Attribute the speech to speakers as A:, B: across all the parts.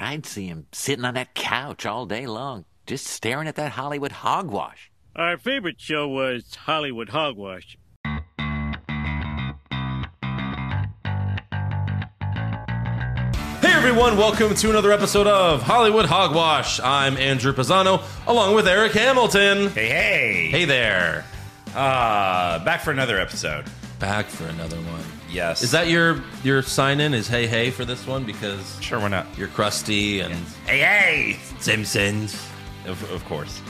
A: I'd see him sitting on that couch all day long, just staring at that Hollywood hogwash.
B: Our favorite show was Hollywood Hogwash.
C: Hey everyone, welcome to another episode of Hollywood Hogwash. I'm Andrew Pisano, along with Eric Hamilton.
D: Hey, hey.
C: Hey there.
D: Uh, back for another episode.
C: Back for another one.
D: Yes.
C: Is that your your sign in? Is hey hey for this one because
D: Sure, why not?
C: you're crusty and
D: Hey, hey.
C: Simpsons.
D: Of, of course.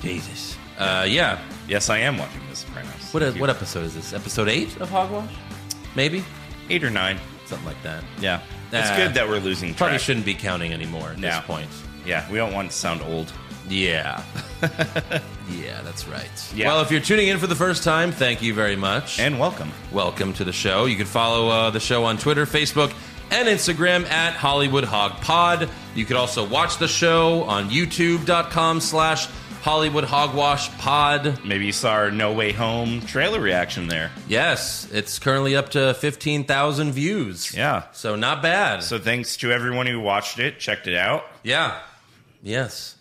C: Jesus. Uh, yeah.
D: Yes, I am watching The Sopranos.
C: What what episode is this? Episode eight of Hogwash? Maybe
D: Eight or nine.
C: something like that.
D: Yeah. it's
C: Uh,
D: good that we're losing
C: Probably
D: track.
C: shouldn't be counting anymore at
D: No.
C: this point.
D: Yeah, we don't want to sound old.
C: Yeah. yeah, that's right.
D: Yeah.
C: Well, if you're tuning in for the first time, thank you very much.
D: And welcome.
C: welcome to the show. You can follow uh, the show on Twitter, Facebook, and Instagram at Hollywood Hog Pod. You could also watch the show on YouTube.com slash Hollywood Hogwash Pod.
D: Maybe you saw our No Way Home trailer reaction there.
C: Yes, it's currently up to 15,000 views.
D: Yeah.
C: So not bad.
D: So thanks to everyone who watched it, checked it out.
C: Yeah. Yes.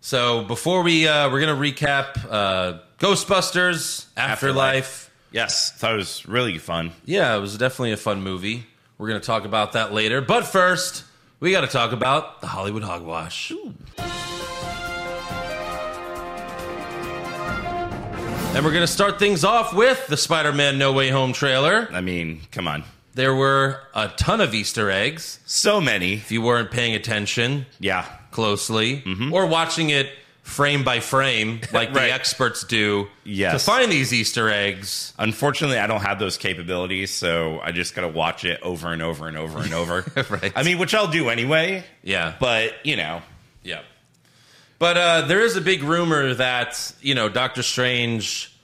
C: So before we, uh, we're going to recap uh, Ghostbusters, Afterlife.
D: Yes, thought it was really fun.
C: Yeah, it was definitely a fun movie. We're going to talk about that later. But first, we got to talk about the Hollywood hogwash. And we're going to start things off with the Spider Man No Way Home trailer.
D: I mean, come on.
C: There were a ton of Easter eggs.
D: So many.
C: If you weren't paying attention
D: Yeah.
C: closely or watching it frame by frame, like
D: Mm-hmm. Right.
C: the experts do
D: Yes.
C: to find these Easter eggs,
D: Unfortunately, I don't have those capabilities, so I just got to watch it over and over and over and over.
C: Right.
D: I mean, which I'll do anyway.
C: yeah.
D: But, you know,
C: Yeah. But uh, there is a big rumor that you know Doctor Strange,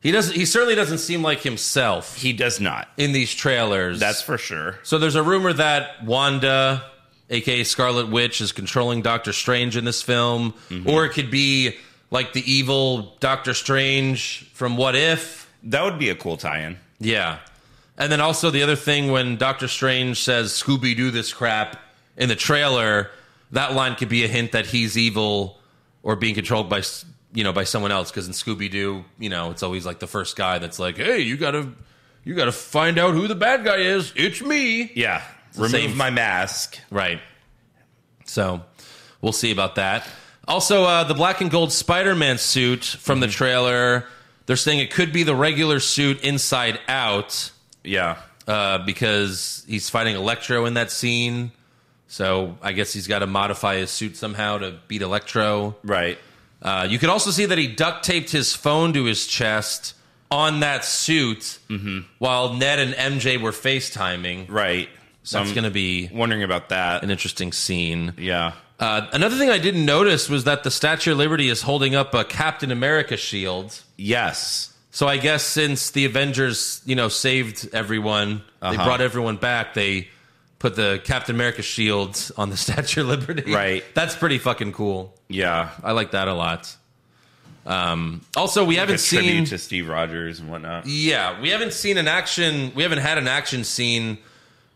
C: he doesn't. He certainly doesn't seem like himself
D: he does not.
C: in these trailers.
D: That's for sure.
C: so. There's a rumor that Wanda, aka Scarlet Witch, is controlling Doctor Strange in this film, or it could be like the evil Doctor Strange from What If.
D: That would be a cool tie-in.
C: Yeah. And then also the other thing when Doctor Strange says Scooby Doo this crap in the trailer, that line could be a hint that he's evil or being controlled by s- you know by someone else because in Scooby Doo, you know, it's always like the first guy that's like, "Hey, you got to you got to find out who the bad guy is. It's me."
D: Yeah.
C: the
D: Remove
C: same-
D: my mask.
C: Right. So we'll see about that. Also, uh, the black and gold Spider Man suit from the trailer, they're saying it could be the regular suit inside out.
D: Yeah.
C: uh, because he's fighting Electro in that scene. So I guess he's got to modify his suit somehow to beat Electro.
D: Right.
C: Uh, you could also see that he duct taped his phone to his chest on that suit while Ned and MJ were FaceTiming.
D: Right. So
C: That's
D: I'm
C: going to be
D: wondering about that.
C: an interesting scene.
D: yeah.
C: Uh, another thing I didn't notice was that the Statue of Liberty is holding up a Captain America shield.
D: Yes.
C: So I guess since the Avengers, you know, saved everyone, they
D: Uh-huh.
C: brought everyone back. They put the Captain America shield on the Statue of Liberty.
D: Right.
C: That's pretty fucking cool.
D: Yeah.
C: I like that a lot. Um, also, we haven't
D: a tribute
C: seen.
D: to Steve Rogers and whatnot.
C: yeah, we haven't seen an action. We haven't had an action scene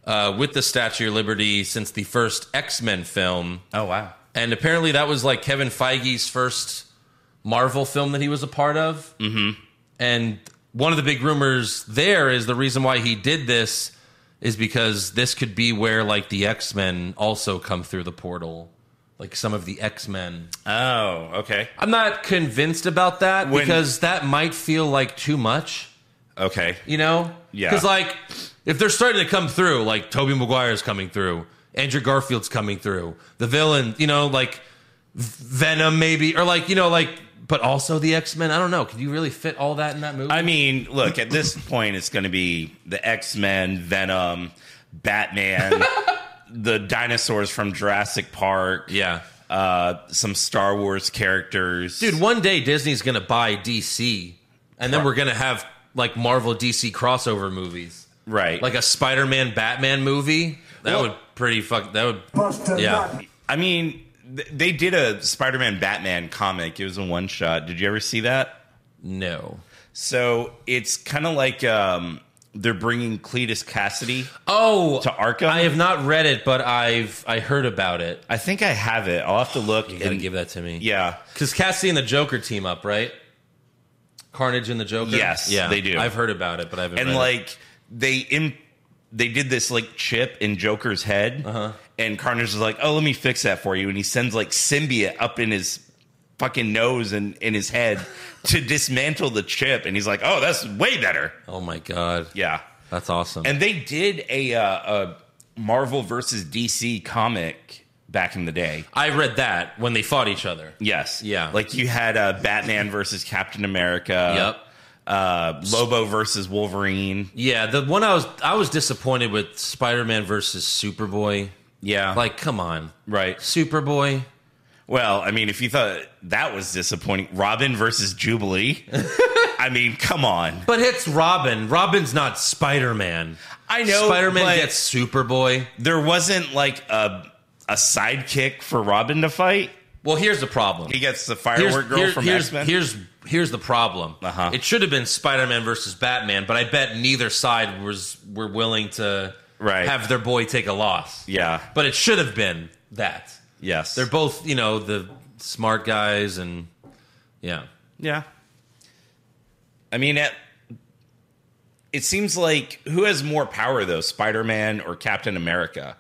C: uh, with the Statue of Liberty since the first X Men film,
D: Oh wow.
C: and apparently that was like Kevin Feige's first Marvel film that he was a part of. Mm-hmm. And one of the big rumors there is the reason why he did this is because this could be where like the X Men also come through the portal, like some of the X Men.
D: Oh, okay.
C: I'm not convinced about that
D: When-
C: because that might feel like too much,
D: Okay.
C: you know?
D: Yeah.
C: Because like if they're starting to come through, like Toby Maguire's coming through, Andrew Garfield's coming through, the villain, you know, like Venom maybe, or like you know, like but also the X Men. I don't know. Could you really fit all that in that movie?
D: I mean, look, at this point it's going to be the X-Men, Venom, Batman, the dinosaurs from Jurassic Park.
C: yeah,
D: Uh, some Star Wars characters.
C: dude. One day Disney's gonna buy DC, and then we're gonna have like Marvel DC crossover movies,
D: right.
C: like a Spider Man Batman movie. That
D: Well-
C: would pretty fuck. That would yeah.
D: I mean, th- they did a Spider-Man Batman comic. It was a one-shot. Did you ever see that?
C: No.
D: So it's kind of like um, they're bringing Cletus Cassidy.
C: Oh,
D: To Arkham?
C: I have not read it, but I've I heard about it.
D: I think I have it. I'll have to look.
C: You gotta
D: and-
C: give that to me.
D: Yeah,
C: because Cassie and the Joker team up, right? Carnage and the Joker.
D: Yes,
C: yeah,
D: they do.
C: I've heard about it, but I haven't.
D: and
C: read it.
D: like they im- they did this like chip in Joker's head,
C: Uh-huh.
D: and Carnage is like, "Oh, let me fix that for you," and he sends like symbiote up in his fucking nose and in his head to dismantle the chip, and he's like, "Oh, that's way better."
C: oh my god,
D: Yeah,
C: that's awesome.
D: and they did a uh, a Marvel versus DC comic back in the day.
C: I read that when they fought each other.
D: Yes,
C: Yeah.
D: like you had uh, Batman versus Captain America.
C: Yep.
D: Uh, Lobo versus Wolverine.
C: Yeah, the one I was I was disappointed with Spider Man versus Superboy.
D: Yeah,
C: Like, come on,
D: right.
C: Superboy.
D: Well, I mean, if you thought that was disappointing, Robin versus Jubilee. I mean, come on.
C: But it's Robin. Robin's not Spider Man.
D: I know,
C: Spider Man
D: but-
C: gets Superboy.
D: There wasn't like a a sidekick for Robin to fight.
C: Well, here's the problem.
D: He gets the
C: Here's,
D: firework girl
C: here-
D: from
C: here's,
D: X Men.
C: here's here's the problem.
D: Uh-huh.
C: It should have been Spider Man versus Batman, but I bet neither side was were willing to
D: Right.
C: have their boy take a loss.
D: Yeah.
C: But it should have been that.
D: Yes.
C: They're both, you know, the smart guys and yeah.
D: yeah. I mean, it, it seems like who has more power though, Spider Man or Captain America?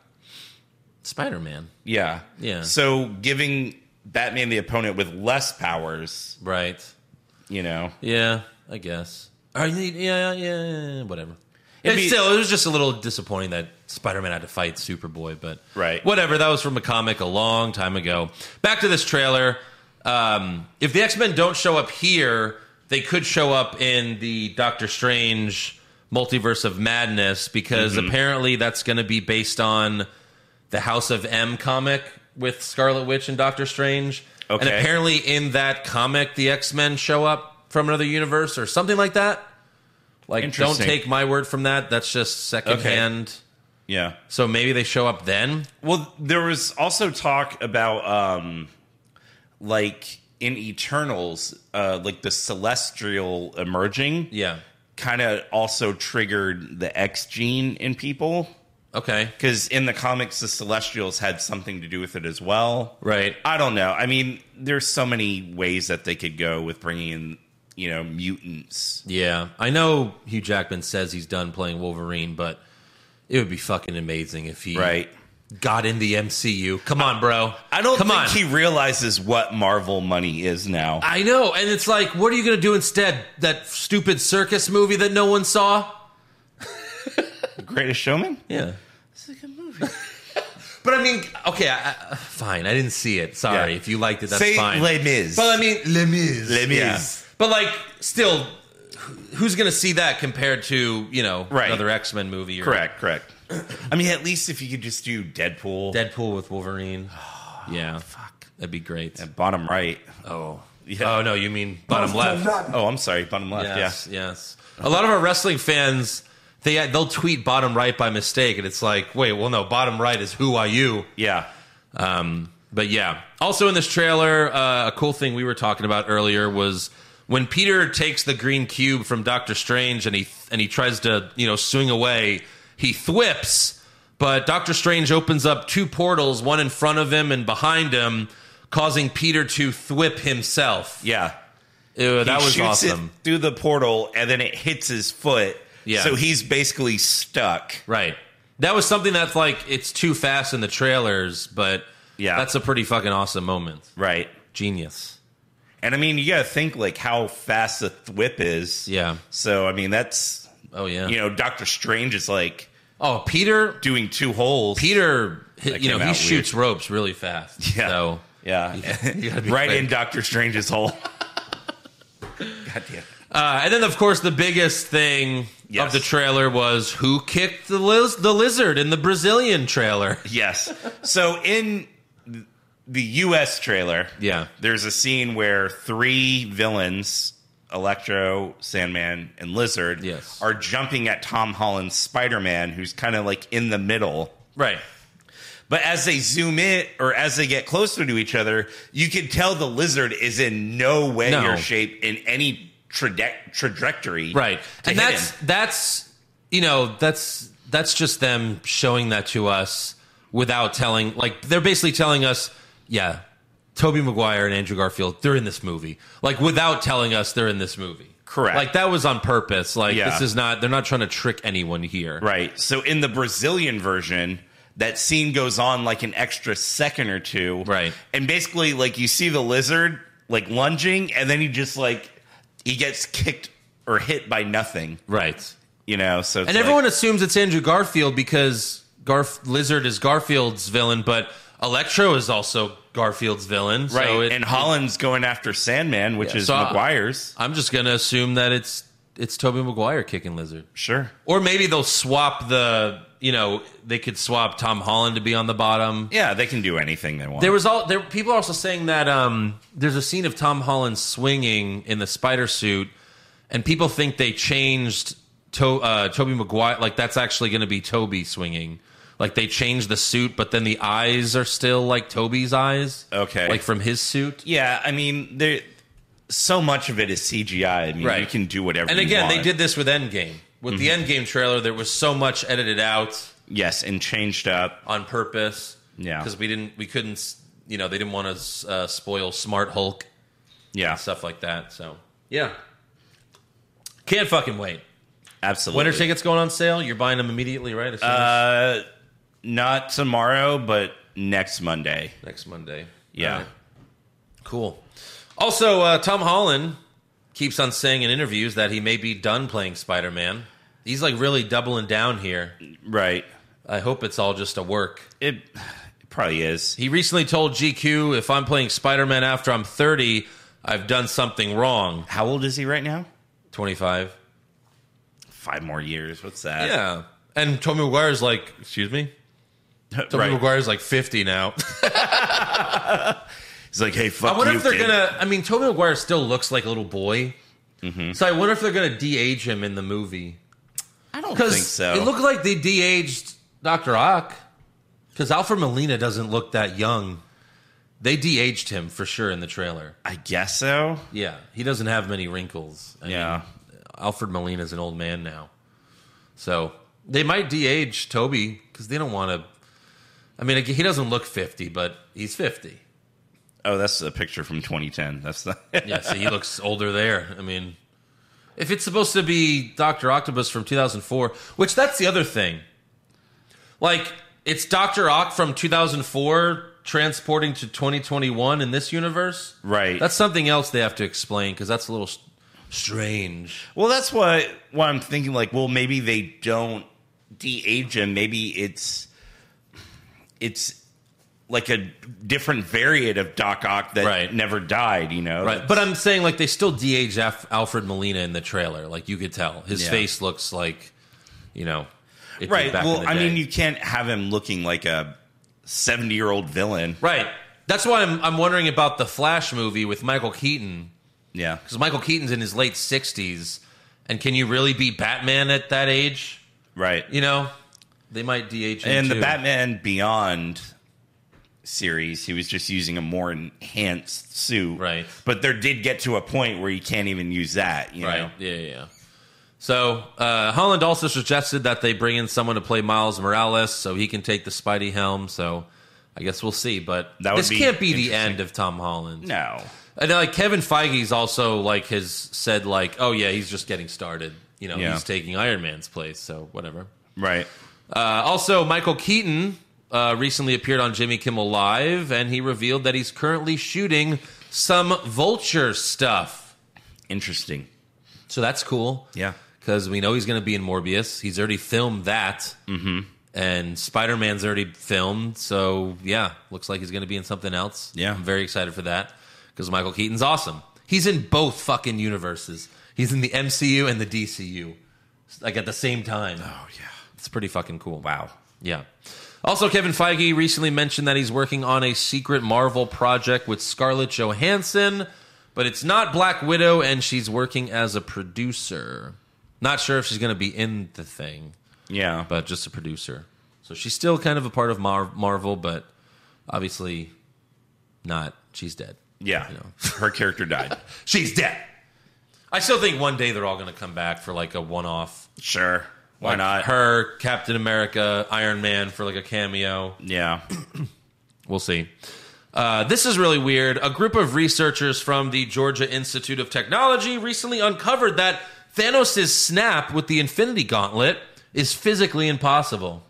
C: Spider Man.
D: Yeah.
C: Yeah.
D: So giving Batman the opponent with less powers,
C: Right.
D: you know.
C: Yeah, I guess. Or you need- yeah, yeah, yeah, yeah, whatever.
D: It'd
C: It's
D: be-
C: still, it was just a little disappointing that Spider Man had to fight Superboy, but
D: Right.
C: whatever. That was from a comic a long time ago. Back to this trailer. Um, if the X Men don't show up here, they could show up in the Doctor Strange multiverse of madness because
D: Mm-hmm.
C: apparently that's going to be based on the House of M comic with Scarlet Witch and Doctor Strange. And
D: Okay.
C: apparently in that comic the X-Men show up from another universe or something like that. Like don't
D: Interesting.
C: take my word from that. That's just secondhand.
D: Yeah.
C: So maybe they show up then.
D: Well, there was also talk about um like in Eternals, uh like the celestial emerging
C: Yeah.
D: kind of also triggered the X gene in people
C: Okay.
D: cuz in the comics the celestials had something to do with it as well.
C: Right.
D: I don't know. I mean, there's so many ways that they could go with bringing in, you know, mutants.
C: Yeah. I know Hugh Jackman says he's done playing Wolverine, but it would be fucking amazing if he
D: Right.
C: got in the MCU. Come on, bro.
D: I don't
C: Come
D: think
C: on.
D: he realizes what Marvel money is now.
C: I know, and it's like, what are you going to do instead? That stupid circus movie that no one saw.
D: the Greatest Showman?
C: Yeah, it's a good movie. but I mean, okay, I, I, fine. I didn't see it. Sorry,
D: Yeah.
C: if you liked it, that's
D: Say
C: fine.
D: Les Mis.
C: But I mean, Les Mis.
D: Les Mis.
C: But like, still, wh- who's going to see that compared to you know
D: Right.
C: another X Men movie? Or
D: Correct, correct. I mean, at least if you could just do Deadpool.
C: Deadpool with Wolverine. yeah, fuck, that'd be great.
D: bottom right.
C: Oh,
D: Yeah.
C: oh no, you mean bottom left?
D: Oh, I'm sorry, bottom left.
C: Yes,
D: Yeah.
C: yes. A lot of our wrestling fans, they they'll tweet bottom right by mistake, and it's like, wait, well, no, bottom right is who are you?
D: Yeah.
C: Um, but yeah. Also in this trailer, uh, a cool thing we were talking about earlier was when Peter takes the green cube from Doctor Strange and he and he tries to you know swing away, he thwips. But Doctor Strange opens up two portals, one in front of him and behind him, causing Peter to thwip himself.
D: Yeah.
C: Ew, that
D: He
C: was
D: shoots
C: awesome.
D: It through the portal and then it hits his foot.
C: Yeah.
D: So he's basically stuck.
C: Right. That was something that's like it's too fast in the trailers, but
D: Yeah.
C: that's a pretty fucking awesome moment.
D: Right.
C: Genius.
D: And I mean, you got to think like how fast the thwip is.
C: Yeah.
D: So, I mean, that's,
C: Oh yeah.
D: you know, Doctor Strange is like
C: oh Peter.
D: doing two holes.
C: Peter. hi-
D: That
C: You know
D: came
C: he
D: out
C: shoots ropes really fast.
D: Yeah.
C: So
D: Yeah.
C: You gotta be
D: right
C: quick.
D: in Doctor Strange's hole. God damn.
C: uh, and then of course the biggest thing
D: Yes.
C: of the trailer was who kicked the liz- the lizard in the Brazilian trailer.
D: Yes. So in the U.S. trailer,
C: Yeah.
D: there's a scene where three villains, Electro, Sandman, and Lizard,
C: Yes.
D: are jumping at Tom Holland's Spider-Man, who's kind of like in the middle.
C: Right.
D: But as they zoom in, or as they get closer to each other, you can tell the Lizard is in no way
C: No.
D: or shape in any traje- trajectory.
C: Right.
D: to
C: and
D: hit
C: that's
D: him.
C: that's you know, that's that's just them showing that to us without telling. Like they're basically telling us, yeah, Toby Maguire and Andrew Garfield, they're in this movie. Like without telling us they're in this movie.
D: Correct.
C: Like that was on purpose. Like
D: Yeah.
C: this is not. They're not trying to trick anyone here.
D: Right. So in the Brazilian version, that scene goes on like an extra second or two.
C: Right.
D: And basically, like you see the lizard like lunging, and then he just like he gets kicked or hit by nothing.
C: Right.
D: You know. So it's
C: And
D: like-
C: everyone assumes it's Andrew Garfield because Garf Lizard is Garfield's villain, but Electro is also Garfield's villain.
D: right.
C: So it-
D: and Holland's going after Sandman, which
C: Yeah,
D: is
C: so uh, I-
D: McGuire's.
C: I'm just gonna assume that it's it's Toby Maguire kicking Lizard.
D: Sure.
C: Or maybe they'll swap the you know, they could swap Tom Holland to be on the bottom.
D: Yeah, they can do anything they want.
C: There was all there people are also saying that um there's a scene of Tom Holland swinging in the spider suit and people think they changed to, uh, Toby Maguire like that's actually going to be Toby swinging. Like they changed the suit but then the eyes are still like Toby's eyes.
D: Okay.
C: Like from his suit.
D: yeah, I mean, there. So much of it is CGI. I mean,
C: Right.
D: you can do whatever.
C: And
D: you
C: again, they
D: want. Mm-hmm.
C: did this with Endgame. With the Endgame trailer there was so much edited out.
D: yes, and changed up.
C: on purpose.
D: Yeah.
C: because we didn't, we couldn't, s- you know, they didn't want to uh, spoil Smart Hulk
D: Yeah,
C: stuff like that. So yeah, can't fucking wait.
D: absolutely.
C: Winter tickets going on sale. You're buying them immediately, right? As soon as-
D: Uh, not tomorrow, but next Monday.
C: next Monday.
D: Yeah.
C: All right. cool. Also, uh, Tom Holland keeps on saying in interviews that he may be done playing Spider Man. He's like really doubling down here.
D: Right.
C: I hope it's all just a work.
D: It, it probably is.
C: He recently told GQ, "If I'm playing Spider Man after I'm 30, I've done something wrong."
D: How old is he right now?
C: 25.
D: Five more years. What's that?
C: Yeah. And Tommy McGuire's like, excuse me? Tommy
D: right.
C: McGuire's like 50 now.
D: He's like, hey, fuck
C: I wonder
D: you,
C: if they're
D: kid.
C: going to, I mean, Tommy McGuire still looks like a little boy.
D: Mm-hmm.
C: So I wonder if they're going to de age him in the movie.
D: I don't think
C: Because
D: so.
C: it looked like they de aged Dr. Ock. Because Alfred Molina doesn't look that young. They de aged him for sure in the trailer.
D: I guess so.
C: Yeah. He doesn't have many wrinkles. I
D: Yeah.
C: Alfred Molina's an old man now. So they might de age Toby because they don't want to. I mean, he doesn't look 50, but he's 50.
D: Oh, that's a picture from 2010. That's the.
C: Yeah, so he looks older there. I mean, if it's supposed to be Dr. Octopus from 2004, which that's the other thing. Like, it's Dr. Ock from 2004 transporting to 2021 in this universe.
D: Right.
C: That's something else they have to explain because that's a little s- strange.
D: well, that's what what I'm thinking. Like, well, maybe they don't de-age him. Maybe it's it's like a different variant of Doc Ock that
C: Right.
D: never died. You know.
C: Right, but I'm saying like they still de-age Af- Alfred Molina in the trailer. Like you could tell his
D: Yeah.
C: face looks like, you know, it did
D: Right.
C: back in
D: Well,
C: the
D: I
C: day.
D: mean, you can't have him looking like a 70 year old villain.
C: right. That's why I'm I'm wondering about the Flash movie with Michael Keaton
D: Yeah.
C: because Michael Keaton's in his late 60s, and can you really be Batman at that age?
D: Right.
C: You know, they might de-age him
D: and the
C: too.
D: Batman Beyond series, he was just using a more enhanced suit.
C: Right.
D: But there did get to a point where you can't even use that, you know?
C: Right. Yeah, yeah, yeah. So uh, Holland also suggested that they bring in someone to play Miles Morales so he can take the Spidey helm. So I guess we'll see. But
D: That would
C: this
D: be
C: can't be the
D: interesting.
C: end of Tom Holland.
D: No.
C: And like Kevin Feige's also like has said like, oh yeah, he's just getting started. You know,
D: Yeah.
C: he's taking Iron Man's place. So whatever.
D: Right.
C: Uh, also, Michael Keaton uh, recently appeared on Jimmy Kimmel Live, and he revealed that he's currently shooting some Vulture stuff.
D: Interesting.
C: So that's cool
D: Yeah.
C: because we know he's going to be in Morbius. He's already filmed that, mm-hmm. and Spider Man's already filmed. So yeah, looks like he's going to be in something else.
D: Yeah.
C: I'm very excited for that because Michael Keaton's awesome. He's in both fucking universes. He's in the MCU and the DCU, like at the same time.
D: Oh, yeah.
C: It's pretty fucking cool.
D: Wow.
C: Yeah. Also, Kevin Feige recently mentioned that he's working on a secret Marvel project with Scarlett Johansson, but it's not Black Widow, and she's working as a producer. Not sure if she's going to be in the thing,
D: Yeah.
C: but just a producer. So she's still kind of a part of Mar- Marvel, but obviously not. She's dead.
D: yeah.
C: You know.
D: Her character died.
C: She's dead. I still think one day they're all going to come back for like a one off
D: sure. Why not?
C: Her, Captain America, Iron Man for like a cameo.
D: Yeah.
C: We'll see. Uh, this is really weird. A group of researchers from the Georgia Institute of Technology recently uncovered that Thanos' snap with the Infinity Gauntlet is physically impossible.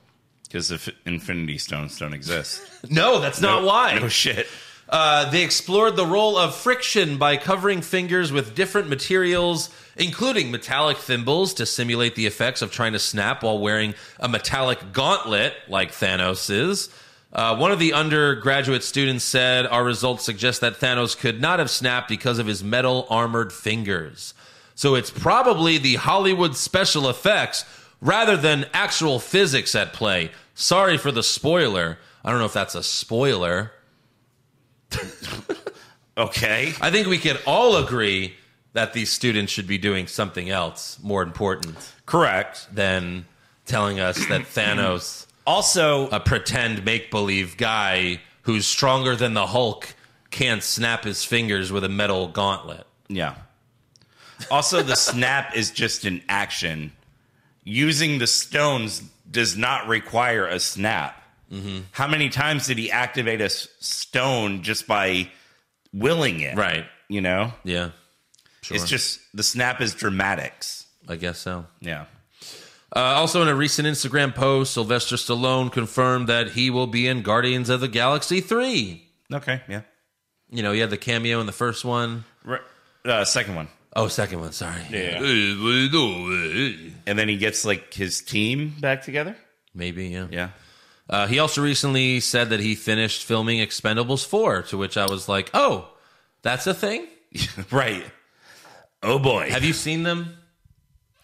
D: Because the f- Infinity Stones don't exist.
C: No, that's not
D: No-
C: why.
D: No shit.
C: Uh, they explored the role of friction by covering fingers with different materials, including metallic thimbles to simulate the effects of trying to snap while wearing a metallic gauntlet like Thanos's. Uh, one of the undergraduate students said, Our results suggest that Thanos could not have snapped because of his metal armored fingers. So it's probably the Hollywood special effects rather than actual physics at play. Sorry for the spoiler. I don't know if that's a spoiler.
D: Okay.
C: I think we can all agree that these students should be doing something else more important
D: Correct.
C: than telling us that Thanos,
D: Also,
C: a pretend make believe guy who's stronger than the Hulk, can't snap his fingers with a metal gauntlet.
D: Yeah. Also, the snap is just an action. Using the stones does not require a snap. How many times did he activate a s- stone just by willing it?
C: Right.
D: You know,
C: Yeah. Sure.
D: it's just the snap is dramatics.
C: I guess so.
D: Yeah.
C: Uh, also, in a recent Instagram post, Sylvester Stallone confirmed that he will be in Guardians of the Galaxy 3.
D: Okay. Yeah.
C: You know, he had the cameo in the first one.
D: Right. Uh, second one.
C: Oh, second one, sorry.
D: Yeah. And then he gets like his team back together.
C: Maybe, yeah.
D: Yeah.
C: Uh, he also recently said that he finished filming Expendables 4, to which I was like, oh, that's a thing?
D: right. Oh boy.
C: Have you seen them?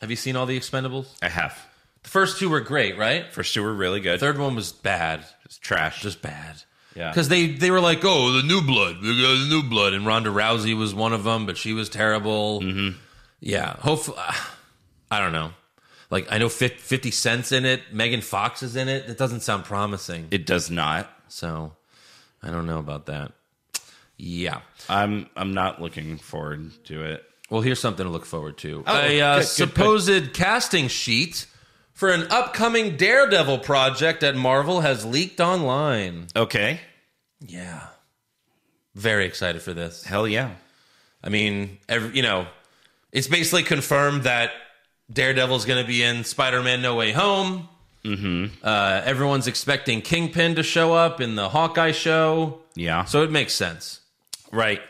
C: Have you seen all the Expendables?
D: I have.
C: The first two were great, right?
D: First two were really good.
C: Third one was bad.
D: It's trash.
C: Just bad.
D: Yeah.
C: Because they, they were like, oh, the new blood. We got the new blood. And Ronda Rousey was one of them, but she was terrible. Mm-hmm. Yeah. Hopefully, I don't know. Like, I know fif- 50 Cent's in it. Megan Fox is in it. That doesn't sound promising.
D: it does not.
C: So I don't know about that. Yeah.
D: I'm I'm not looking forward to it.
C: Well, here's something to look forward to. a uh,
D: Oh, good, good,
C: supposed casting sheet for an upcoming Daredevil project at Marvel has leaked online.
D: Okay.
C: Yeah. Very excited for this.
D: Hell yeah.
C: I mean, every, you know, it's basically confirmed that Daredevil's going to be in Spider Man No Way Home.
D: Mm-hmm.
C: Uh, everyone's expecting Kingpin to show up in the Hawkeye show.
D: Yeah.
C: So it makes sense.
D: right.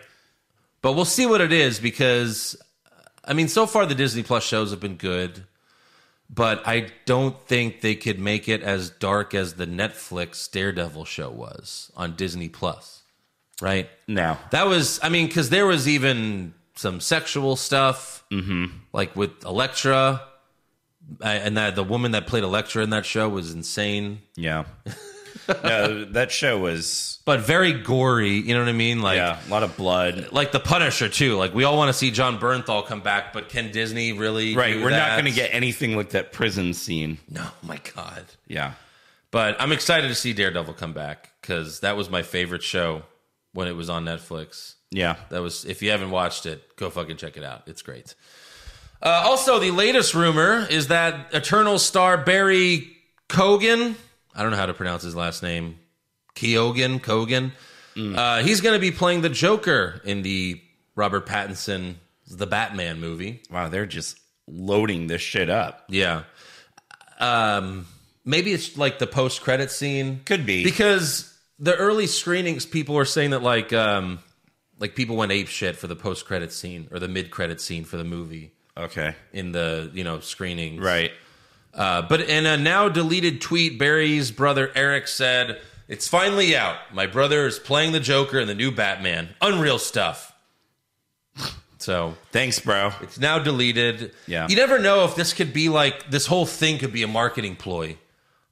C: But we'll see what it is because, I mean, so far the Disney Plus shows have been good, but I don't think they could make it as dark as the Netflix Daredevil show was on Disney Plus, right?
D: Now.
C: That was, I mean, because there was even some sexual stuff, like with Elektra, I- and that the woman that played Elektra in that show was insane,
D: Yeah. no, that show was
C: but very gory. You know what I mean? Like,
D: yeah, a lot of blood.
C: like the Punisher too. Like we all want to see John Bernthal come back, but can Disney really?
D: Right.
C: do
D: We're
C: that?
D: not going to get anything like that prison scene.
C: No, my God.
D: Yeah.
C: But I'm excited to see Daredevil come back because that was my favorite show when it was on Netflix.
D: Yeah.
C: That was if you haven't watched it, go fucking check it out. It's great. Uh, also, the latest rumor is that Eternal star Barry Kogan, I don't know how to pronounce his last name, Keoghan, Kogan. Uh, he's going to be playing the Joker in the Robert Pattinson the Batman movie.
D: Wow, they're just loading this shit up.
C: Yeah. Um, maybe it's like the post credit scene
D: Could be.
C: because the early screenings people were saying that like um like people went ape shit for the post credit scene or the mid credit scene for the movie
D: okay.
C: in the you know screenings
D: Right.
C: uh, but in a now deleted tweet Barry's brother Eric said it's finally out my brother is playing the Joker in the new Batman unreal stuff so
D: Thanks, bro.
C: it's now deleted.
D: Yeah.
C: You never know if this could be like this whole thing could be a marketing ploy.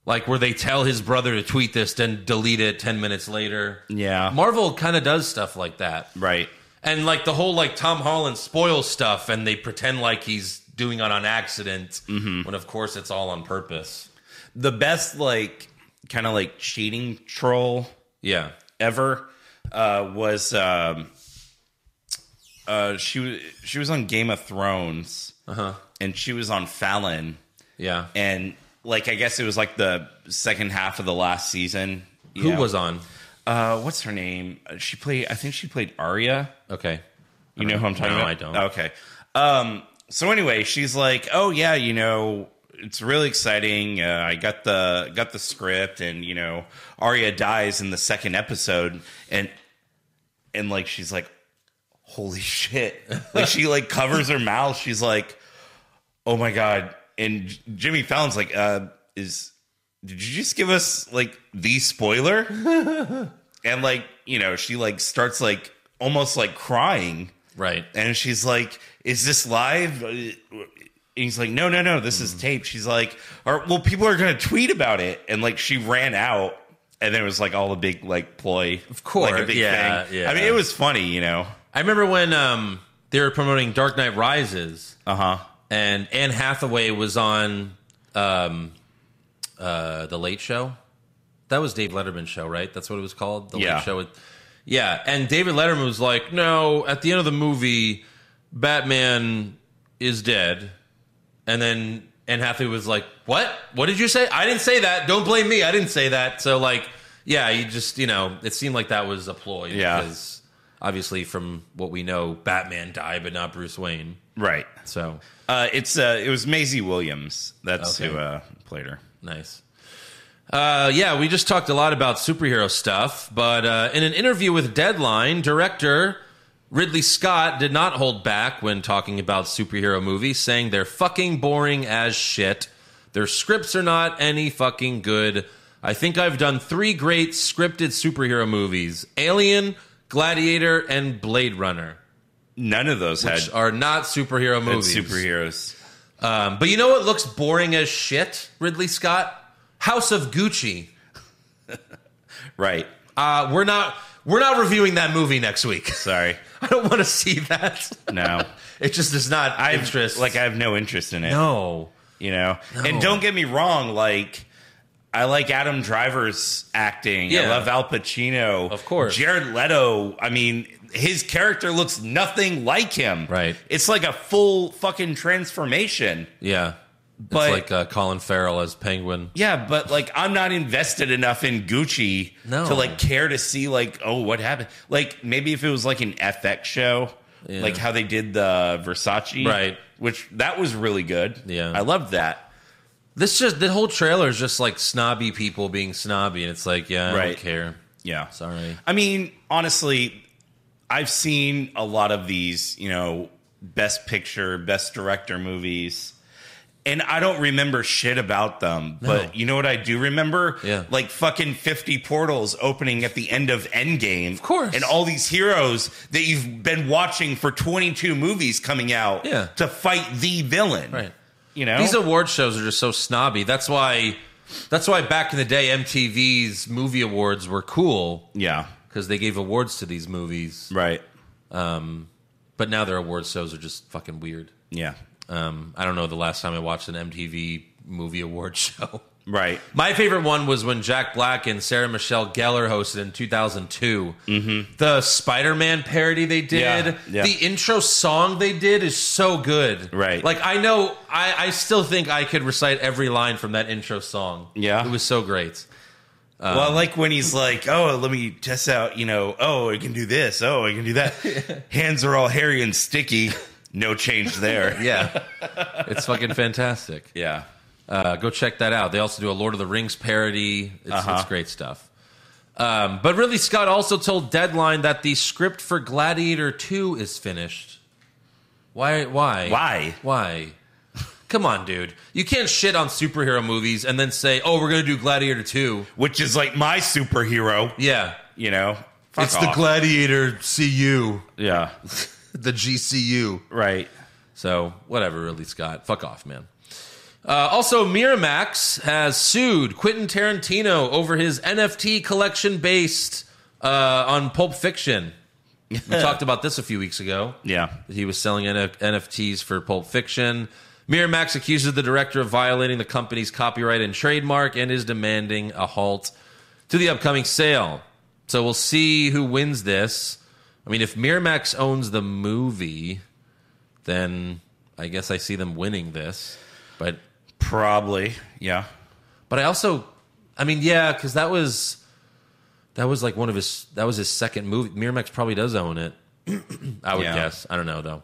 C: Like where they tell his brother to tweet this, then delete it ten minutes later.
D: Yeah.
C: Marvel kind of does stuff like that.
D: Right.
C: And like the whole like Tom Holland spoils stuff and they pretend like he's doing it on accident when of course it's all on purpose.
D: Mm-hmm. The best like kind of like cheating troll
C: Yeah.
D: ever uh, was um,
C: Uh-huh.
D: uh, she was she was on Game of Thrones, and she was on Fallon,
C: Yeah.
D: and like I guess it was like the second half of the last season. you
C: Who
D: know.
C: was on?
D: Uh, what's her name? Uh, She played. I think she played Arya.
C: Okay.
D: You know who I'm talking
C: No,
D: about?
C: I don't.
D: Okay. Um, so anyway, she's like, "Oh yeah, you know, it's really exciting. Uh, I got the got the script, and you know, Arya dies in the second episode, and and like she's like, holy shit! like she like covers her mouth. She's like, oh my god! And J- Jimmy Fallon's like, uh, is did you just give us like the spoiler? and like you know, she like starts like almost like crying.
C: Right.
D: And she's like, "Is this live?" Uh, And he's like, "No, no, no. This is tape." She's like, "Or well, people are gonna tweet about it." And like, she ran out, and there was like all a big like ploy, of
C: course,
D: like a big
C: yeah,
D: thing.
C: yeah.
D: I mean, it was funny, you know.
C: I remember when um, they were promoting Dark Knight Rises,
D: Uh huh.
C: and Anne Hathaway was on um, uh, the Late Show. That was Dave Letterman's show, right? That's what it was called. The
D: Yeah.
C: Late Show. with- yeah, and David Letterman was like, "No, at the end of the movie, Batman is dead," and then Anne Hathaway was like, "What? What did you say? I didn't say that. Don't blame me. I didn't say that." So like, yeah, you just you know, it seemed like that was a ploy.
D: Yeah.
C: Because obviously, from what we know, Batman died, but not Bruce Wayne.
D: Right.
C: So
D: Uh, it's uh, it was Maisie Williams. That's
C: Okay.
D: who uh, played her.
C: Nice. Uh, yeah, we just talked a lot about superhero stuff, but uh, in an interview with Deadline, director Ridley Scott did not hold back when talking about superhero movies, saying they're fucking boring as shit. Their scripts are not any fucking good. I think I've done three great scripted superhero movies Alien, Gladiator, and Blade Runner,
D: None of those had
C: which are not superhero
D: had
C: movies.
D: superheroes.
C: Um, but you know what looks boring as shit, Ridley Scott? House of Gucci.
D: Right.
C: Uh, we're not we're not reviewing that movie next week.
D: Sorry.
C: I don't want to see that.
D: No.
C: It just does not
D: I
C: interest.
D: like I have no interest in it.
C: no.
D: you know. And don't get me wrong, like I like Adam Driver's acting. I
C: Yeah.
D: love Al Pacino,
C: Of course.
D: Jared Leto. I mean, his character looks nothing like him.
C: Right.
D: It's like a full fucking transformation.
C: Yeah,
D: But
C: it's like uh, Colin Farrell as Penguin.
D: yeah, but like I'm not invested enough in Gucci
C: No.
D: to like care to see like oh what happened. Like maybe if it was like an FX show,
C: Yeah.
D: like how they did the Versace,
C: Right.
D: Which that was really good.
C: Yeah.
D: I loved that.
C: This just the whole trailer is just like snobby people being snobby, and it's like, yeah, I
D: Right.
C: don't care.
D: Yeah,
C: Sorry.
D: I mean, honestly, I've seen a lot of these, you know, best picture, best director movies, and I don't remember shit about them. But you know what I do remember?
C: Yeah.
D: Like fucking 50 portals opening at the end of Endgame. Of
C: course.
D: And all these heroes that you've been watching for 22 movies coming out
C: Yeah.
D: to fight the villain.
C: Right.
D: You know?
C: These award shows are just so snobby. That's why. That's why back in the day, MTV's movie awards were cool
D: yeah.
C: because they gave awards to these movies.
D: Right.
C: But now their award shows are just fucking weird.
D: Yeah.
C: Um, I don't know the last time I watched an MTV movie award show.
D: Right.
C: My favorite one was when Jack Black and Sarah Michelle Gellar hosted in 2002. Mm-hmm. The Spider Man parody they did,
D: Yeah, yeah.
C: the intro song they did is so good.
D: Right.
C: Like, I know, I, I still think I could recite every line from that intro song.
D: Yeah.
C: It was so great.
D: well, I like when he's like, "Oh, let me test out," you know, "Oh, I can do this. Oh, I can do that." Hands are all hairy and sticky. No change there.
C: Yeah. it's fucking fantastic.
D: yeah.
C: Uh, go check that out. They also do a Lord of the Rings parody. It's,
D: Uh-huh.
C: it's great stuff. Um, but really, Scott also told Deadline that the script for Gladiator 2 is finished. Why? Why?
D: Why?
C: Why? Come on, dude. You can't shit on superhero movies and then say, oh, we're going to do Gladiator 2.
D: Which is like my superhero,
C: Yeah.
D: you know. Fuck off.
C: Gladiator CU,
D: yeah.
C: the GCU.
D: Right.
C: So whatever, really, Scott. Fuck off, man. Uh, also, Miramax has sued Quentin Tarantino over his NFT collection based uh, on Pulp Fiction. We talked about this a few weeks ago.
D: Yeah.
C: He was selling NF- NFTs for Pulp Fiction. Miramax accuses the director of violating the company's copyright and trademark and is demanding a halt to the upcoming sale. So we'll see who wins this. I mean, if Miramax owns the movie, then I guess I see them winning this. But
D: Probably, yeah.
C: But I also, I mean, yeah, because that was that was like one of his that was his second movie. Miramax probably does own it. I would
D: Yeah.
C: guess. I don't know though.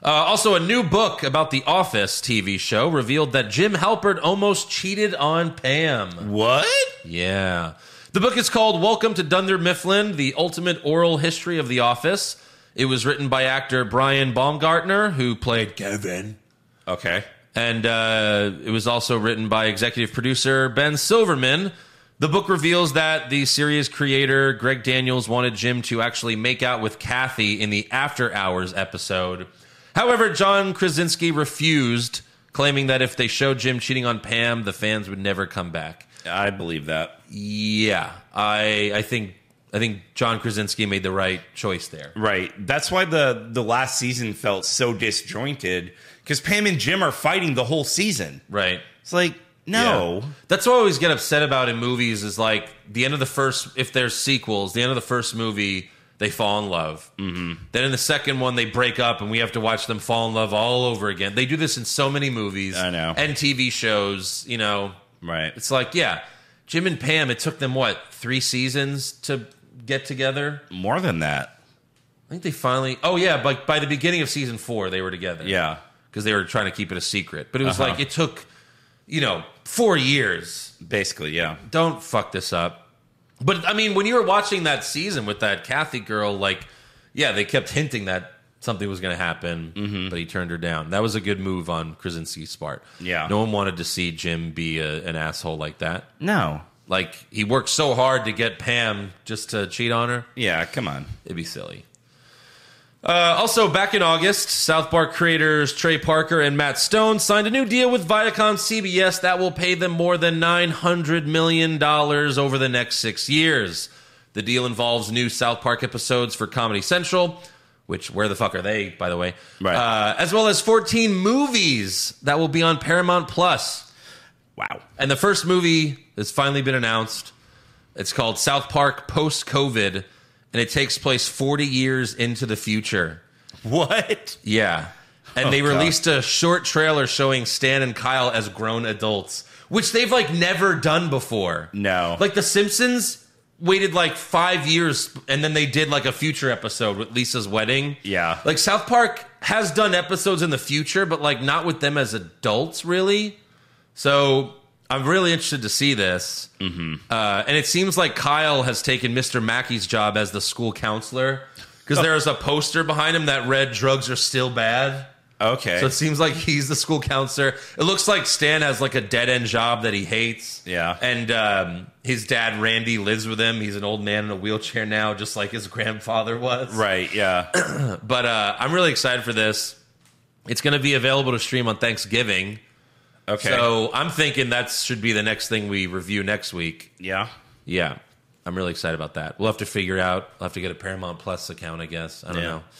C: Uh, also, a new book about the Office TV show revealed that Jim Halpert almost cheated on Pam.
D: What?
C: Yeah. The book is called Welcome to Dunder Mifflin The Ultimate Oral History of the Office. It was written by actor Brian Baumgartner, who played Kevin
D: Okay.
C: and uh, it was also written by executive producer Ben Silverman. The book reveals that the series creator Greg Daniels wanted Jim to actually make out with Kathy in the After Hours episode. However, John Krasinski refused, claiming that if they showed Jim cheating on Pam, the fans would never come back.
D: I believe that.
C: Yeah, I I think I think John Krasinski made the right choice there.
D: Right. That's why the the last season felt so disjointed because Pam and Jim are fighting the whole season.
C: Right.
D: It's like no.
C: Yeah. That's what I always get upset about in movies is like the end of the first, if there's sequels, the end of the first movie, they fall in love. Mm-hmm. Then in the second one, they break up and we have to watch them fall in love all over again. They do this in so many movies.
D: I know.
C: And TV shows, you know.
D: Right.
C: It's like, yeah, Jim and Pam, it took them, what, three seasons to get together?
D: more than that.
C: I think they finally, oh, yeah, by, by the beginning of season four, they were together
D: Yeah.
C: because they were trying to keep it a secret. But it was
D: Uh-huh.
C: like, it took, you know, four years
D: Basically, yeah.
C: don't fuck this up. But I mean, when you were watching that season with that Kathy girl, like, yeah, they kept hinting that something was going to happen, but he turned her down. That was a good move on Krasinski's part.
D: Yeah.
C: no one wanted to see Jim be a, an asshole like that.
D: No.
C: Like he worked so hard to get Pam just to cheat on her.
D: Yeah. Come on.
C: It'd be silly. Uh, also, back in August, South Park creators Trey Parker and Matt Stone signed a new deal with Viacom CBS that will pay them more than $900 million over the next six years. The deal involves new South Park episodes for Comedy Central, which, where the fuck are they, by the way?
D: Right.
C: Uh, as well as 14 movies that will be on Paramount Plus.
D: Wow.
C: And the first movie has finally been announced. It's called South Park Post COVID, and it takes place 40 years into the future.
D: What?
C: Yeah. And
D: Oh,
C: they
D: God.
C: released a short trailer showing Stan and Kyle as grown adults, which they've like never done before.
D: No.
C: Like The Simpsons waited like five years and then they did like a future episode with Lisa's wedding.
D: Yeah.
C: Like South Park has done episodes in the future, but like not with them as adults, really. So I'm really interested to see this. Uh, and it seems like Kyle has taken Mr. Mackey's job as the school counselor because there is a poster behind him that read "Drugs are still bad."
D: Okay.
C: So it seems like he's the school counselor. It looks like Stan has like a dead end job that he hates.
D: Yeah.
C: and um, his dad Randy lives with him. He's an old man in a wheelchair now, just like his grandfather was.
D: right. Yeah.
C: But uh, I'm really excited for this. It's going to be available to stream on Thanksgiving.
D: Okay.
C: So I'm thinking that should be the next thing we review next week.
D: yeah.
C: Yeah. I'm really excited about that. We'll have to figure out. I'll have to get a Paramount Plus account, I guess. I don't
D: Yeah.
C: know.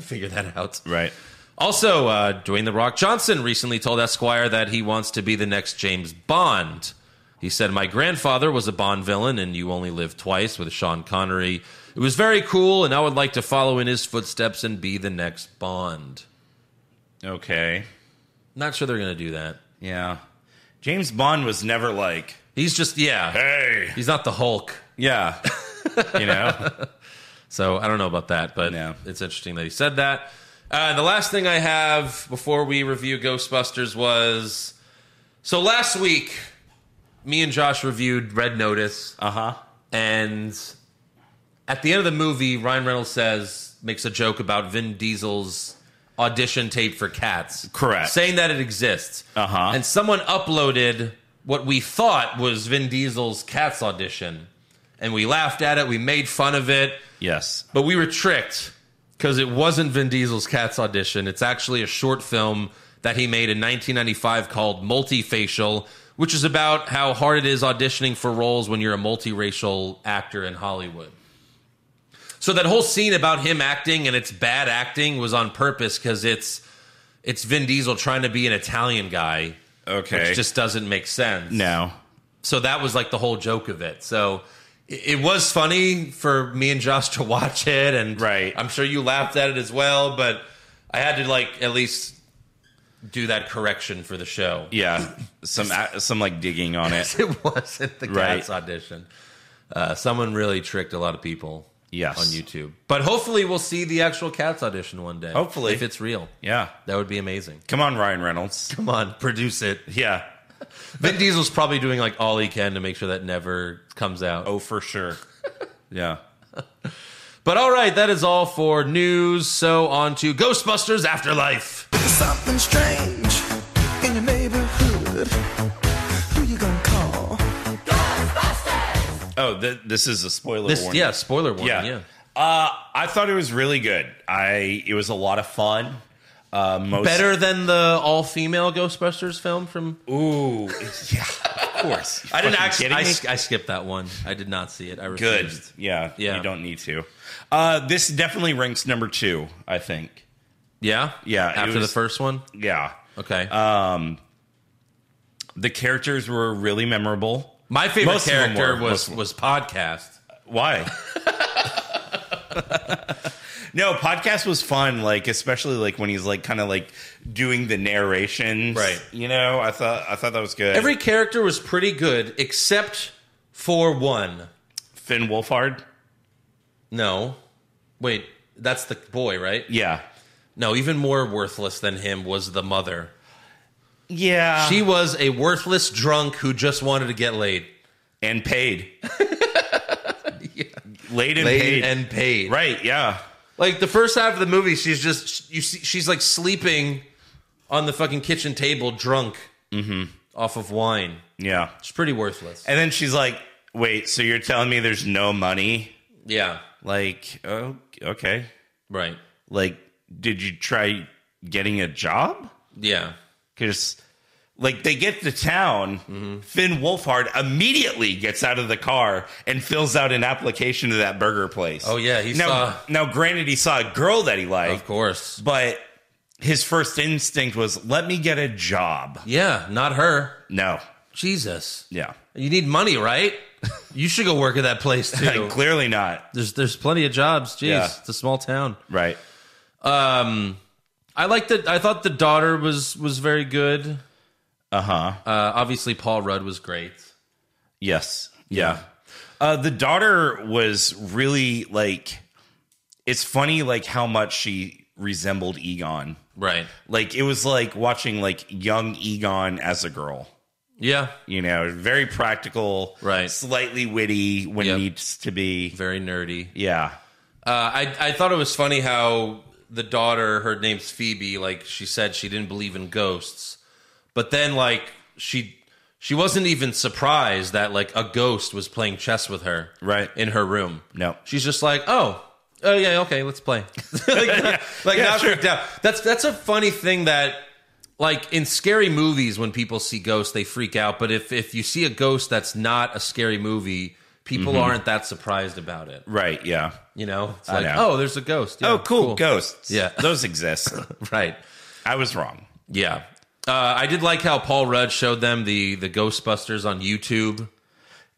C: figure that out.
D: Right.
C: Also, uh, Dwayne The Rock Johnson recently told Esquire that he wants to be the next James Bond. He said, My grandfather was a Bond villain, and you only live twice with Sean Connery. It was very cool, and I would like to follow in his footsteps and be the next Bond.
D: Okay.
C: Not sure they're going to do that.
D: Yeah. James Bond was never like,
C: He's just, yeah,
D: hey.
C: he's not the Hulk.
D: Yeah. you know?
C: So I don't know about that, but
D: No.
C: it's interesting that he said that. Uh, the last thing I have before we review Ghostbusters was so last week, me and Josh reviewed Red Notice,
D: Uh huh.
C: and at the end of the movie, Ryan Reynolds says makes a joke about Vin Diesel's audition tape for Cats,
D: Correct.
C: saying that it exists.
D: Uh-huh.
C: And someone uploaded what we thought was Vin Diesel's Cats audition, and we laughed at it. We made fun of it.
D: Yes.
C: But we were tricked because it wasn't Vin Diesel's Cats audition. It's actually a short film that he made in 1995 called Multifacial, which is about how hard it is auditioning for roles when you're a multiracial actor in Hollywood. So that whole scene about him acting and it's bad acting was on purpose because it's it's Vin Diesel trying to be an Italian guy,
D: Okay.
C: which just doesn't make sense
D: no.
C: so that was like the whole joke of it. So it it was funny for me and Josh to watch it, and
D: Right.
C: I'm sure you laughed at it as well. But I had to like at least do that correction for the show.
D: Yeah, some uh, some like digging on it.
C: It wasn't the
D: Right.
C: Cats audition. Uh, someone really tricked a lot of people.
D: Yes.
C: on YouTube. But hopefully, we'll see the actual Cats audition one day.
D: Hopefully.
C: if it's real,
D: Yeah,
C: that would be amazing.
D: come on, Ryan Reynolds.
C: Come on, produce it.
D: Yeah.
C: Vin Diesel's probably doing like all he can to make sure that never comes out.
D: Oh, for sure. Yeah.
C: But all right, that is all for news. So on to Ghostbusters Afterlife.
E: Something strange in your neighborhood. Who you gonna call?
D: Oh, th- this is a spoiler
C: This,
D: warning.
C: yeah, spoiler warning. Yeah.
D: Uh, I thought it was really good. I it was a lot of fun. Uh, most
C: Better than the all female Ghostbusters film from.
D: Ooh, yeah, of course. You
C: I didn't
D: fucking
C: actually.
D: kidding
C: I,
D: me?
C: I skipped that one. I did not see it. I
D: Good.
C: refused.
D: Yeah,
C: Yeah.
D: You don't need to. Uh, this definitely ranks number two. I think.
C: Yeah.
D: Yeah, it
C: After
D: was- uh,
C: the first one.
D: Yeah.
C: Okay.
D: The characters were really memorable.
C: My favorite
D: most of them
C: character
D: were- most
C: was
D: of them.
C: was podcast.
D: Why? no, podcast was fun. Like especially like when he's like kind of like doing the narration.
C: Right.
D: You know, I thought I thought that was good.
C: Every character was pretty good except for one.
D: Finn Wolfhard.
C: No, wait, that's the boy, right?
D: Yeah.
C: No, even more worthless than him was the mother.
D: Yeah.
C: She was a worthless drunk who just wanted to get laid.
D: and paid. Late and paid.
C: and paid.
D: right, yeah.
C: Like the first half of the movie, she's just you see she's like sleeping on the fucking kitchen table, drunk
D: Mm-hmm.
C: off of wine.
D: Yeah.
C: It's pretty worthless.
D: And then she's like, "Wait, so you're telling me there's no money?"
C: yeah,
D: Like, "Oh, okay.
C: right.
D: Like, did you try getting a job?"
C: Yeah,
D: Cuz like they get to town,
C: Mm-hmm.
D: Finn Wolfhard immediately gets out of the car and fills out an application to that burger place.
C: Oh, yeah, he
D: now,
C: saw-
D: Now granted he saw a girl that he liked,
C: of course.
D: but his first instinct was, "Let me get a job."
C: Yeah, not her.
D: No.
C: Jesus.
D: Yeah.
C: You need money, right? You should go work at that place too.
D: Clearly not.
C: There's there's plenty of jobs. Jeez,
D: Yeah.
C: it's a small town.
D: Right.
C: Um, I liked it. I thought the daughter was was very good. Uh
D: Uh-huh.
C: huh. Uh, obviously, Paul Rudd was great.
D: Yes. Yeah. Uh, the daughter was really like, it's funny, like how much she resembled Egon.
C: Right.
D: Like it was like watching like young Egon as a girl.
C: Yeah.
D: You know, very practical,
C: Right.
D: Slightly witty when
C: Yep.
D: needs to be.
C: Very nerdy.
D: Yeah.
C: Uh, I I thought it was funny how the daughter, her name's Phoebe. Like she said, she didn't believe in ghosts, but then like she she wasn't even surprised that like a ghost was playing chess with her.
D: Right.
C: in her room.
D: No.
C: She's just like, oh, oh yeah, okay, let's play. like, not- like
D: Yeah,
C: not
D: sure.
C: freaked out. That's that's a funny thing that like in scary movies when people see ghosts they freak out, but if if you see a ghost that's not a scary movie, people
D: Mm-hmm.
C: aren't that surprised about it.
D: Right. Yeah.
C: You know, it's like,
D: know.
C: oh, there's a ghost. Yeah,
D: Oh, cool. Ghosts.
C: Yeah.
D: Those exist.
C: Right.
D: I was wrong.
C: Yeah. Uh, I did like how Paul Rudd showed them the the Ghostbusters on YouTube.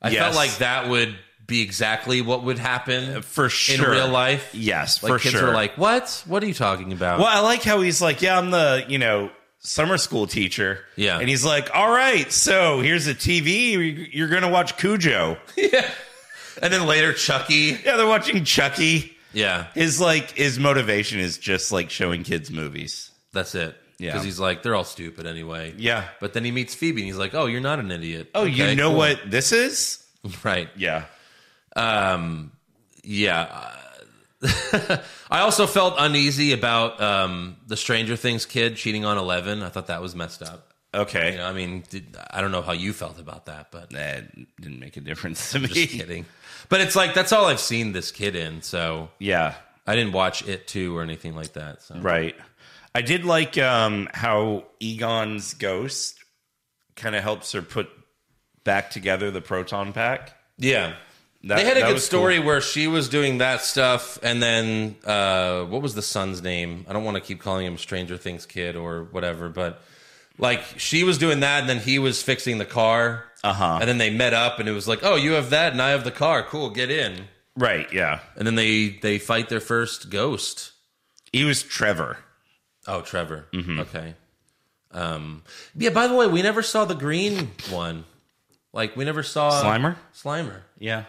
C: I
D: Yes. Uh,
C: felt like that would be exactly what would happen
D: For sure.
C: in real life.
D: Yes,
C: Like
D: for
C: kids
D: sure.
C: were like, "What? What are you talking about?"
D: Well, I like how he's like, yeah, I'm the, you know, summer school teacher.
C: Yeah.
D: And he's like, all right, so here's a TV. You're going to watch Cujo.
C: And then later, Chucky.
D: yeah, they're watching Chucky.
C: Yeah,
D: His like his motivation is just like showing kids movies.
C: that's it.
D: Yeah.
C: because he's like, they're all stupid anyway.
D: Yeah.
C: but then he meets Phoebe, and he's like, "Oh, you're not an idiot."
D: Oh,
C: Okay,
D: you know
C: cool.
D: what this is?
C: Right?
D: Yeah.
C: Yeah. Uh, I also felt uneasy about um, the Stranger Things kid cheating on Eleven. I thought that was messed up.
D: Okay.
C: You know, I mean, did, I don't know how you felt about that, but
D: That didn't make a difference to me.
C: just kidding. But it's like that's all I've seen this kid in, so
D: Yeah.
C: I didn't watch it too or anything like that. So
D: Right. I did like um how Egon's ghost kind of helps her put back together the proton pack.
C: yeah.
D: That,
C: they had a
D: that
C: good
D: was cool.
C: story where she was doing that stuff, and then uh, what was the son's name? I don't want to keep calling him Stranger Things kid or whatever, but like she was doing that, and then he was fixing the car,
D: Uh-huh.
C: and then they met up, and it was like, oh, you have that, and I have the car. Cool, get in,
D: Right, yeah.
C: and then they they fight their first ghost.
D: He was Trevor. Mm-hmm.
C: Oh, Trevor. Okay. Um, yeah. By the way, we never saw the green one. Like we never saw
D: Slimer?
C: Slimer.
D: Yeah.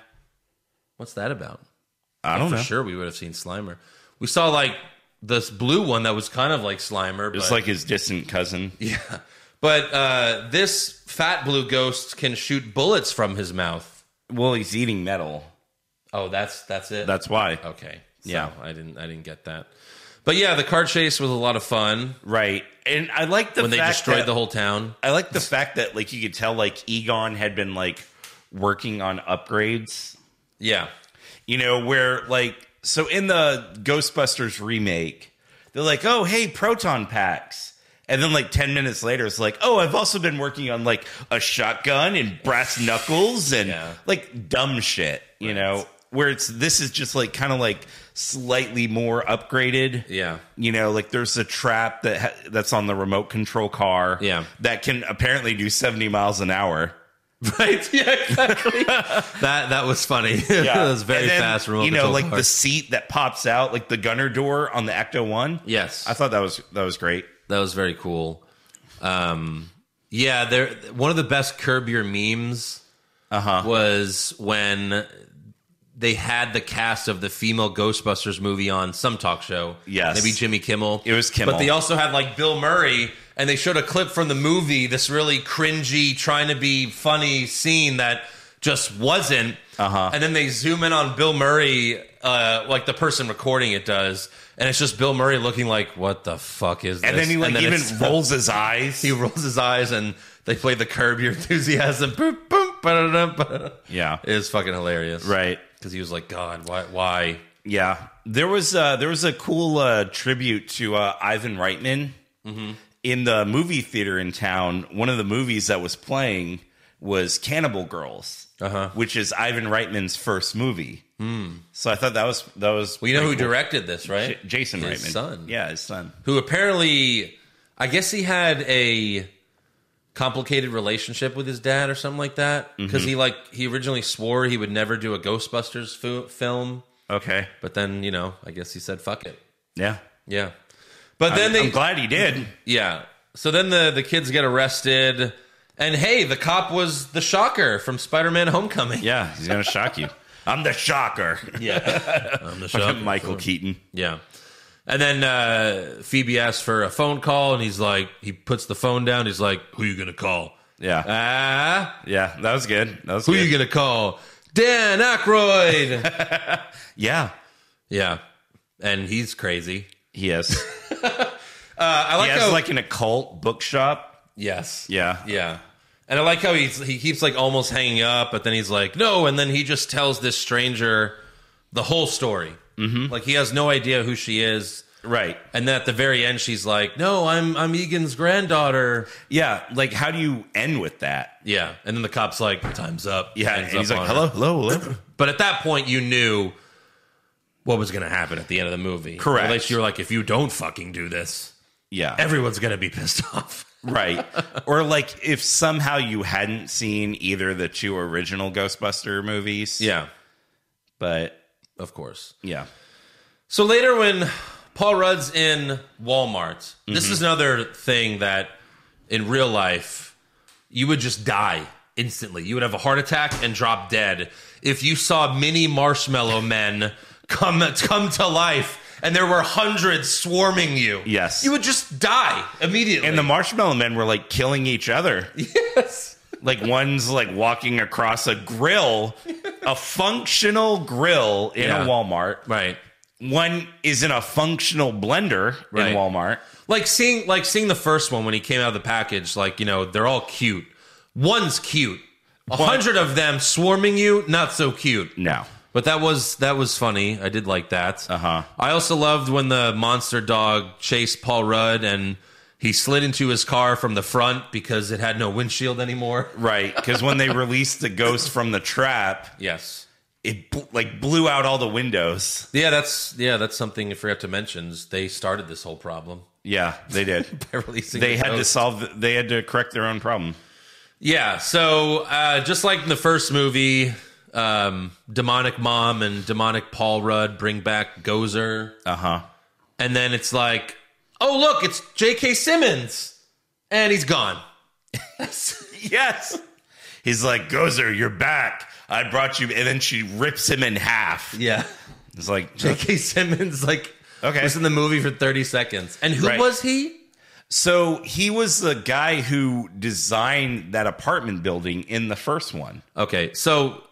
C: What's that about?
D: I don't
C: For
D: know.
C: sure, we would have seen Slimer. We saw like this blue one that was kind of like Slimer,
D: It's
C: but
D: like his distant cousin.
C: yeah. But uh, this fat blue ghost can shoot bullets from his mouth.
D: Well, he's eating metal.
C: Oh, that's that's it.
D: That's why.
C: okay. So
D: Yeah.
C: I didn't I didn't get that. But yeah, the car chase was a lot of fun
D: Right. And I like the
C: when they
D: fact
C: destroyed
D: that-
C: the whole town.
D: I like the fact that like you could tell like Egon had been like working on upgrades.
C: Yeah,
D: You know, where like so in the Ghostbusters remake, they're like, "Oh, hey, proton packs." And then like 10 minutes later it's like, "Oh, I've also been working on like a shotgun and brass knuckles and
C: Yeah.
D: like dumb shit, you know." Where it's this is just like kind of like slightly more upgraded
C: yeah.
D: you know like there's a trap that ha- that's on the remote control car
C: Yeah.
D: that can apparently do 70 miles an hour
C: Right. Yeah, exactly. that that was funny. Yeah. that was very
D: And then,
C: fast remote
D: you know
C: control
D: like
C: car.
D: the seat that pops out like the gunner door on the ecto one
C: Yes.
D: i thought that was that was great
C: That was very cool. Um yeah, there one of the best curb your memes
D: uh-huh
C: was when they had the cast of the female Ghostbusters movie on some talk show.
D: Yes.
C: Maybe Jimmy Kimmel.
D: It was Kimmel.
C: But they also had like Bill Murray and they showed a clip from the movie, this really cringy, trying to be funny scene that just wasn't.
D: Uh-huh.
C: And then they zoom in on Bill Murray, uh, like the person recording it does, and it's just Bill Murray looking like, "What the fuck is?"
D: and
C: this?"
D: then he like even
C: it's-
D: rolls his eyes
C: he rolls his eyes and they play the curb your enthusiasm. Boop, boop, ba-da-da, ba-da-da.
D: Yeah.
C: It is fucking hilarious.
D: right
C: Because he was like, God, why why?
D: yeah there was uh there was a cool uh tribute to uh ivan reitman Mm-hmm. in the movie theater in town, one of the movies that was playing was Cannibal Girls,
C: Uh-huh.
D: which is Ivan Reitman's first movie. So I thought that was that was.
C: Well, you know who
D: pretty cool.
C: directed this, right?
D: J- Jason
C: His
D: Reitman,
C: son.
D: Yeah, his son.
C: Who apparently I guess he had a complicated relationship with his dad or something like that.
D: Mm-hmm.
C: Because he like he originally swore he would never do a Ghostbusters fu- film,
D: Okay.
C: but then, you know, I guess he said fuck it.
D: Yeah.
C: Yeah. But then
D: I'm,
C: they
D: I'm glad he did.
C: Yeah. So then the the kids get arrested, and hey, the cop was the shocker from Spider Man Homecoming.
D: Yeah, he's gonna shock you. I'm the shocker.
C: I'm the
D: Michael Keaton.
C: Yeah. And then uh, Phoebe asks for a phone call, and he's like, he puts the phone down. He's like, "Who you gonna call?
D: Yeah.
C: Ah,
D: yeah, that was good. That was
C: who
D: good.
C: you gonna call? Dan Aykroyd."
D: yeah.
C: yeah, and he's crazy.
D: He has.
C: Uh, I
D: he
C: like
D: has
C: how
D: like an occult bookshop.
C: yes,
D: Yeah.
C: Yeah. And I like how he's, he keeps like almost hanging up, but then he's like, no. And then he just tells this stranger the whole story. Mm-hmm. Like he has no idea who she is.
D: Right.
C: And then at the very end, she's like, no, I'm, I'm Egan's granddaughter.
D: Yeah. Like, how do you end with that?
C: Yeah. And then the cop's like, time's up.
D: Yeah,
C: Hangs
D: and he's
C: up
D: like,
C: on
D: "Hello,
C: her.
D: hello, hello."
C: But at that point, you knew what was going to happen at the end of the movie.
D: Correct.
C: Or at least you were like, if you don't fucking do this,
D: yeah,
C: everyone's going to be pissed off.
D: right. or like if somehow you hadn't seen either the two original Ghostbuster movies.
C: yeah.
D: but
C: Of course.
D: yeah,
C: So later, when Paul Rudd's in Walmart, this
D: Mm-hmm.
C: is another thing that in real life you would just die instantly. You would have a heart attack and drop dead if you saw mini marshmallow men come come to life. And there were hundreds swarming you.
D: Yes.
C: you would just die immediately.
D: and the Marshmallow Men were like killing each other.
C: yes,
D: like one's like walking across a grill, a functional grill in
C: Yeah.
D: a Walmart.
C: right.
D: One is in a functional blender
C: Right.
D: in Walmart.
C: Like seeing like seeing the first one when he came out of the package, like, you know, they're all cute. One's cute. A hundred of them swarming you, not so cute.
D: No,
C: But that was that was funny. I did like that.
D: Uh-huh.
C: I also loved when the monster dog chased Paul Rudd and he slid into his car from the front because it had no windshield anymore.
D: right? Because when they released the ghost from the trap,
C: Yes.
D: it bl- like blew out all the windows.
C: Yeah, that's yeah, that's something I forgot to mention. is They started this whole problem
D: Yeah, they did.
C: by releasing.
D: they
C: the
D: had to
C: ghost.
D: solve. They had to correct their own problem.
C: Yeah, so uh, just like in the first movie, um, demonic mom and demonic Paul Rudd bring back Gozer,
D: Uh huh.
C: and then it's like, oh look, it's J.K. Simmons. and he's gone.
D: Yes. He's like, Gozer, you're back. I brought you. And then she rips him in half.
C: Yeah.
D: It's like,
C: J.K. Simmons like
D: Okay.
C: was in the movie for 30 seconds. And who
D: Right.
C: was he?
D: so he was the guy who designed that apartment building in the first one.
C: Okay, so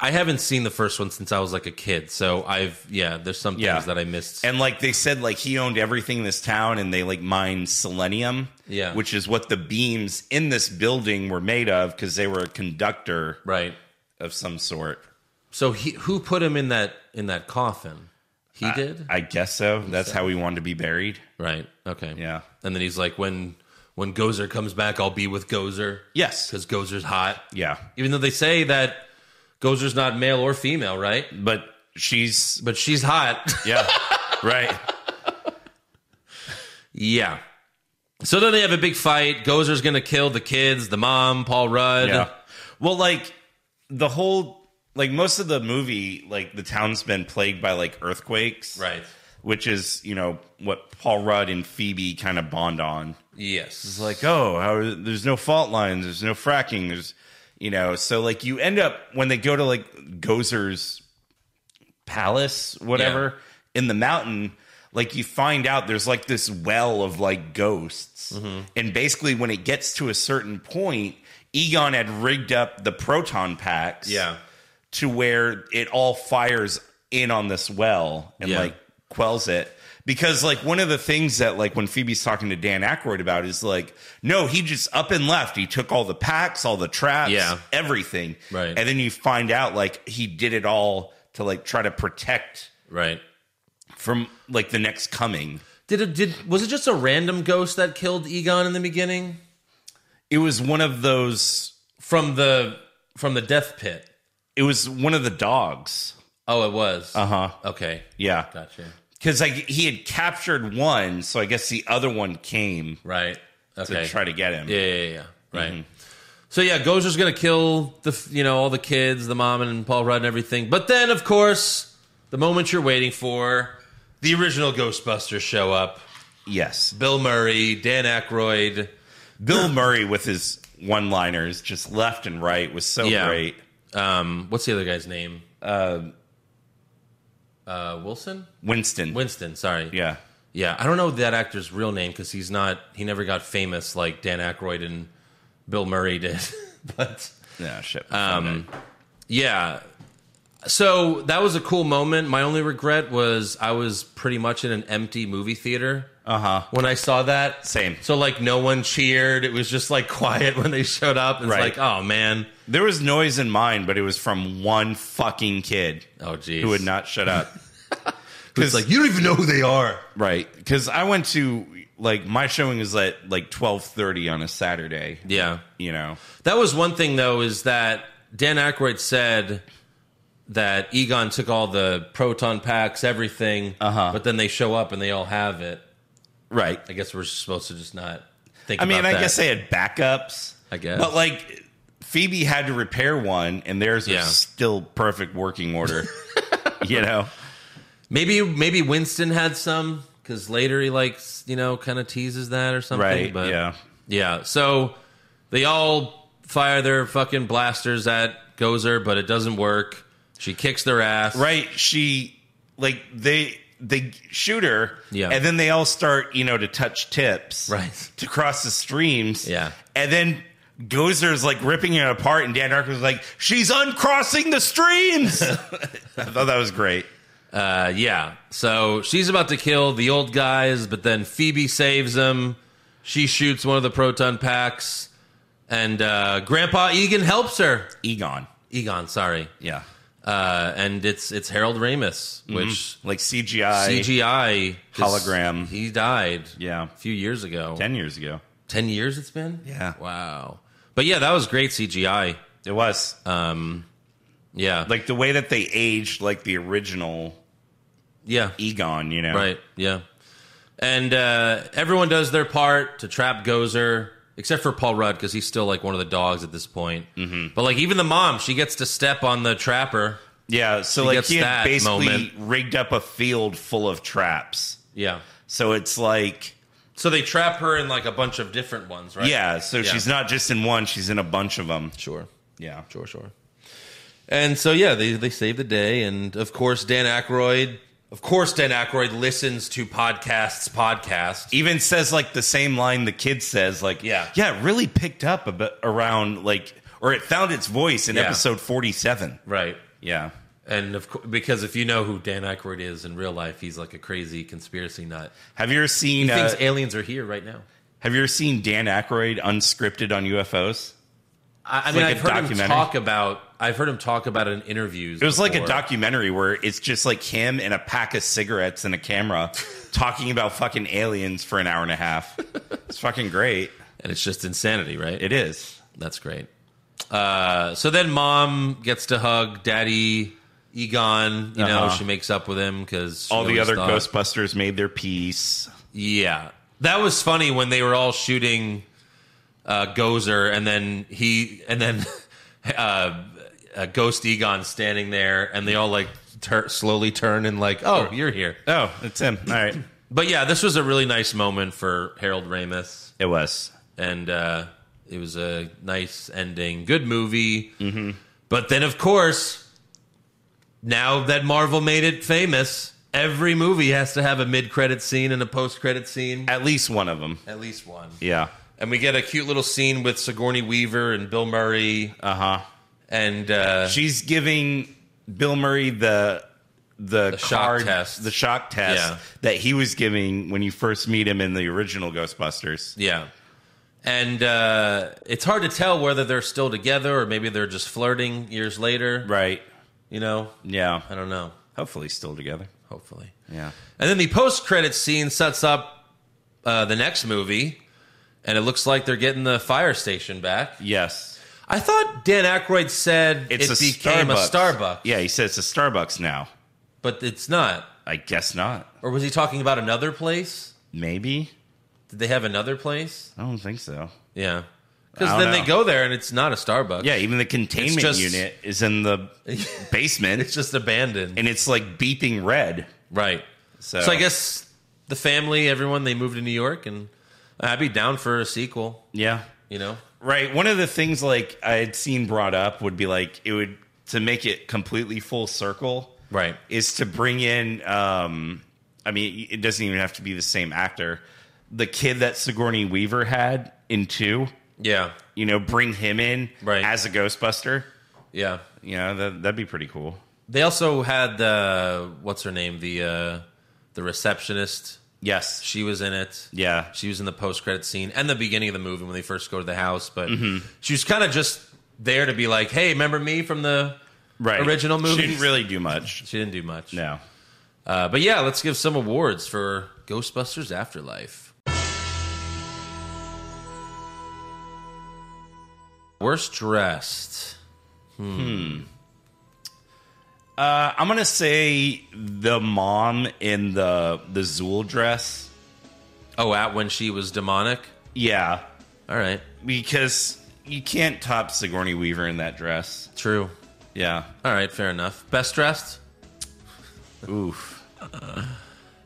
C: I haven't seen the first one since I was like a kid. So I've yeah, there's some things
D: Yeah.
C: that I missed.
D: And like they said, like he owned everything in this town and they like mined selenium.
C: Yeah.
D: Which is what the beams in this building were made of because they were a conductor
C: right.
D: of some sort.
C: So he who put him in that in that coffin? He did.
D: I guess so. That's how he wanted to be buried.
C: right. Okay.
D: Yeah.
C: And then he's like, when when Gozer comes back, I'll be with Gozer
D: Yes.
C: because Gozer's hot.
D: Yeah.
C: Even though they say that Gozer's not male or female, right?
D: But she's,
C: But she's hot.
D: yeah. right.
C: yeah. So then they have a big fight. Gozer's gonna kill the kids, the mom, Paul Rudd.
D: Yeah. Well, like the whole like most of the movie, like the town's been plagued by like earthquakes.
C: Right.
D: Which is, you know, what Paul Rudd and Phoebe kind of bond on.
C: Yes.
D: It's like, oh, how, there's no fault lines, there's no fracking, there's you know, so like you end up when they go to like Gozer's palace, whatever, in the mountain, like you find out there's like this well of like ghosts.
C: Mm-hmm.
D: And basically when it gets to a certain point, Egon had rigged up the proton packs
C: Yeah.
D: to where it all fires in on this well and
C: Yeah.
D: like quells it. Because like one of the things that like when Phoebe's talking to Dan Aykroyd about is like, no, he just up and left. He took all the packs, all the traps,
C: Yeah.
D: everything.
C: Right.
D: And then you find out like he did it all to like try to protect
C: Right.
D: from like the next coming.
C: Did it, did was it just a random ghost that killed Egon in the beginning
D: It was one of those
C: from the from the death pit?
D: it was one of the dogs.
C: Oh, it was. Uh
D: Uh-huh.
C: huh. Okay.
D: Yeah.
C: Gotcha.
D: Cause like he had captured one, so I guess the other one came
C: Right.
D: to
C: Okay.
D: try to get him.
C: yeah, yeah, yeah, yeah. Right. So yeah, Gozer's gonna kill the f- you know all the kids, the mom and Paul Rudd and everything. But then, of course, the moment you're waiting for, the original Ghostbusters show up.
D: Yes.
C: Bill Murray, Dan Aykroyd.
D: Bill Murray with his one liners just left and right was so
C: Yeah.
D: great.
C: Um, what's the other guy's name? uh, Wilson.
D: Winston.
C: Winston. Sorry.
D: Yeah.
C: Yeah, I don't know that actor's real name because he's not. He never got famous like Dan Aykroyd and Bill Murray did. but
D: Yeah, shit.
C: Um, yeah, so that was a cool moment. My only regret was I was pretty much in an empty movie theater
D: uh huh.
C: when I saw that.
D: Same.
C: So like no one cheered. It was just like quiet when they showed up. It's
D: Right.
C: like oh man,
D: There was noise in mine, but it was from one fucking kid
C: oh geez,
D: who would not shut up.
C: It's like you don't even know who they are.
D: right, because I went to like my showing is at like twelve thirty on a Saturday.
C: Yeah.
D: You know,
C: That was one thing, though, is that Dan Aykroyd said that Egon took all the proton packs, everything,
D: Uh-huh.
C: but then they show up and they all have it.
D: right?
C: I guess we're supposed to just not think.
D: I mean,
C: about
D: I
C: that.
D: guess they had backups.
C: I guess.
D: but like Phoebe had to repair one, and theirs
C: Yeah.
D: was still perfect working order. you know,
C: maybe maybe Winston had some because later he like s- you know kind of teases that or something.
D: right?
C: But
D: yeah.
C: yeah. So they all fire their fucking blasters at Gozer, but it doesn't work. She kicks their ass.
D: right she like they they shoot her
C: Yeah.
D: and then they all start you know to touch tips
C: Right.
D: to cross the streams
C: Yeah.
D: and then Gozer's like ripping it apart, and Dan Aykroyd's like, "She's uncrossing the streams." I thought that was great.
C: Uh, yeah. So she's about to kill the old guys, but then Phoebe saves him. She shoots one of the proton packs, and uh, Grandpa Egan helps her.
D: Egon,
C: Egon, sorry.
D: yeah,
C: Uh, and it's it's Harold Ramis,
D: Mm-hmm.
C: which
D: like CGI,
C: CGI just-
D: Hologram.
C: He died,
D: Yeah.
C: a few years ago.
D: ten years ago.
C: Ten years it's been.
D: Yeah.
C: Wow. But yeah, that was great CGI.
D: It was
C: Uh. Yeah.
D: like the way that they aged, like the original
C: yeah.
D: Egon. You know,
C: Right. Yeah. And uh, everyone does their part to trap Gozer, except for Paul Rudd because he's still like one of the dogs at this point. Mm-hmm. But like even the mom, she gets to step on the trapper.
D: Yeah, so like
C: gets
D: he
C: that
D: had basically
C: moment.
D: rigged up a field full of traps.
C: Yeah.
D: So it's like
C: So they trap her in like a bunch of different ones, right?
D: Yeah, so she's not just in one; she's in a bunch of them.
C: Sure.
D: Yeah,
C: Sure, sure. And so yeah, they they save the day, and of course Dan Aykroyd, of course Dan Aykroyd listens to podcasts, podcasts.
D: even says like the same line the kid says, like
C: Yeah.
D: yeah, it really picked up a bit around like, or it found its voice in
C: Yeah.
D: episode forty-seven.
C: Right.
D: Yeah,
C: And of course, because if you know who Dan Aykroyd is in real life, he's like a crazy conspiracy nut.
D: have you ever seen?
C: He thinks
D: Uh,
C: aliens are here right now.
D: have you ever seen Dan Aykroyd unscripted on UFOs?
C: I, I mean,
D: like
C: I've
D: a
C: heard him
D: documentary.
C: talk about. I've heard him talk about it in interviews.
D: It was like a
C: before.
D: documentary where it's just like him and a pack of cigarettes and a camera talking about fucking aliens for an hour and a half. It's fucking great.
C: and it's just insanity, right?
D: It is.
C: That's great. Uh, so then mom gets to hug daddy Egon. You know,
D: Uh-huh.
C: she makes up with him because
D: All the other Ghostbusters made their peace.
C: Yeah, that was funny when they were all shooting uh, Gozer, and then he, and then uh, uh, Ghost Egon standing there, and they all like tur- slowly turn and like, oh, you're here.
D: Oh, it's him. All right.
C: But yeah, this was a really nice moment for Harold Ramis.
D: It was.
C: and uh, it was a nice ending. Good movie. Mm-hmm. But then, of course, now that Marvel made it famous, every movie has to have a mid-credit scene and a post-credit scene,
D: At least one of them.
C: at least one.
D: Yeah.
C: And we get a cute little scene with Sigourney Weaver and Bill Murray,
D: Uh huh.
C: and uh,
D: She's giving Bill Murray the the,
C: The shock
D: card-
C: test.
D: the shock test
C: Yeah.
D: that he was giving when you first meet him in the original Ghostbusters.
C: yeah. And uh, it's hard to tell whether they're still together or maybe they're just flirting years later.
D: Right.
C: You know,
D: Yeah.
C: I don't know.
D: Hopefully, still together.
C: Hopefully.
D: Yeah.
C: And then the post credit scene sets up uh, the next movie, and it looks like they're getting the fire station back.
D: Yes.
C: I thought Dan Aykroyd said
D: It's
C: it
D: a
C: became
D: Starbucks.
C: a Starbucks,
D: Yeah, he says it's a Starbucks now.
C: but it's not.
D: I guess not.
C: Or was he talking about another place?
D: Maybe.
C: Did they have another place?
D: I don't think so.
C: Yeah. Because
D: I don't
C: then they
D: know.
C: go there and it's not a Starbucks.
D: Yeah, even the containment
C: just-
D: unit is in the basement
C: It's just abandoned.
D: and it's like beeping red.
C: right.
D: So,
C: So I guess the family, everyone, they moved to New York, and I'd be down for a sequel,
D: yeah.
C: you know?
D: Right. One of the things like I had seen brought up would be like it would to make it completely full circle
C: Right.
D: is to bring in um I mean it doesn't even have to be the same actor. The kid that Sigourney Weaver had in 2,
C: Yeah.
D: you know, bring him in
C: Right.
D: as a Ghostbuster.
C: Yeah.
D: You know, that that'd be pretty cool.
C: They also had the what's her name the uh, the receptionist.
D: Yes.
C: She was in it.
D: Yeah.
C: she was in the post credit scene and the beginning of the movie when they first go to the house. But
D: Mm-hmm.
C: she was kind of just there to be like, "Hey, remember me from the?"
D: Right.
C: Original movies.
D: She didn't really do much.
C: She didn't do much.
D: No.
C: Uh, but yeah, let's give some awards for Ghostbusters Afterlife. Worst dressed.
D: Uh, I'm gonna say the mom in the the Zool dress.
C: Oh, at when she was demonic.
D: Yeah,
C: All right,
D: because you can't top Sigourney Weaver in that dress.
C: true.
D: Yeah.
C: All right, fair enough. Best dressed.
D: Oof.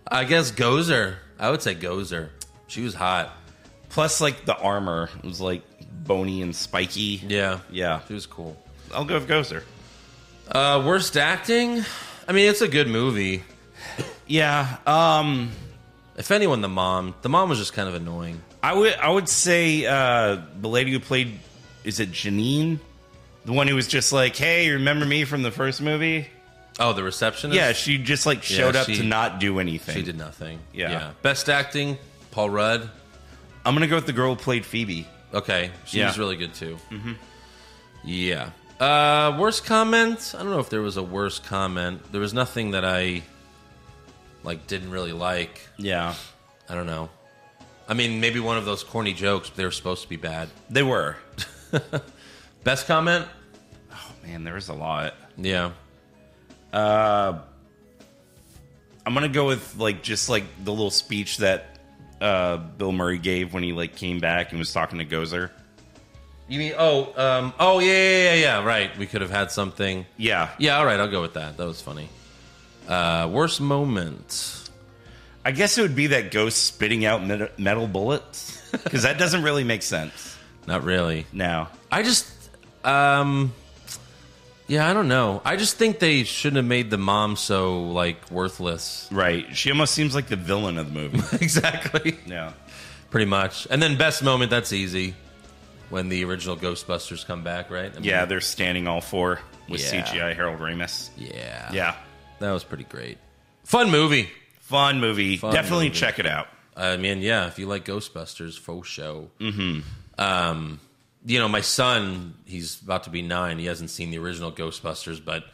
C: I guess Gozer. I would say Gozer. She was hot.
D: Plus, like the armor was like bony and spiky.
C: Yeah.
D: Yeah.
C: She was cool.
D: I'll go with Gozer.
C: Uh, worst acting? I mean, it's a good movie.
D: Yeah. Um.
C: If anyone, the mom. The mom was just kind of annoying.
D: I would I would say uh, the lady who played is it Janine, the one who was just like, "Hey, remember me from the first movie?"
C: Oh, the receptionist?
D: Yeah, she just like showed
C: Yeah,
D: up
C: she-
D: to not do anything.
C: She did nothing.
D: Yeah.
C: Best acting? Paul Rudd.
D: I'm gonna go with the girl who played Phoebe.
C: Okay. She
D: Yeah.
C: was really good too. Mm-hmm. Yeah. Uh, worst comment? I don't know if there was a worst comment. There was nothing that I like didn't really like.
D: Yeah,
C: I don't know. I mean, maybe one of those corny jokes, but they were supposed to be bad.
D: they were.
C: Best comment?
D: Man, there was a lot.
C: Yeah.
D: I'm gonna go with like just like the little speech that uh, Bill Murray gave when he like came back and was talking to Gozer.
C: You mean oh um oh yeah yeah yeah yeah right. We could have had something.
D: Yeah,
C: Yeah, all right, I'll go with that. That was funny. Uh worst moment.
D: I guess it would be that ghost spitting out met- metal bullets because that doesn't really make sense.
C: Not really.
D: No,
C: I just, um, yeah, I don't know. I just think they shouldn't have made the mom so like worthless.
D: right? She almost seems like the villain of the movie.
C: exactly.
D: Yeah,
C: Pretty much. And then best moment. That's easy. When the original Ghostbusters come back, right? I mean,
D: yeah, they're standing all four with
C: Yeah.
D: CGI Harold Ramis.
C: Yeah.
D: Yeah,
C: That was pretty great. Fun movie.
D: fun movie.
C: Fun
D: Definitely
C: movie.
D: check it out.
C: I mean, yeah, if you like Ghostbusters, faux show. Mm-hmm. Um, you know, my son, he's about to be nine. He hasn't seen the original Ghostbusters, but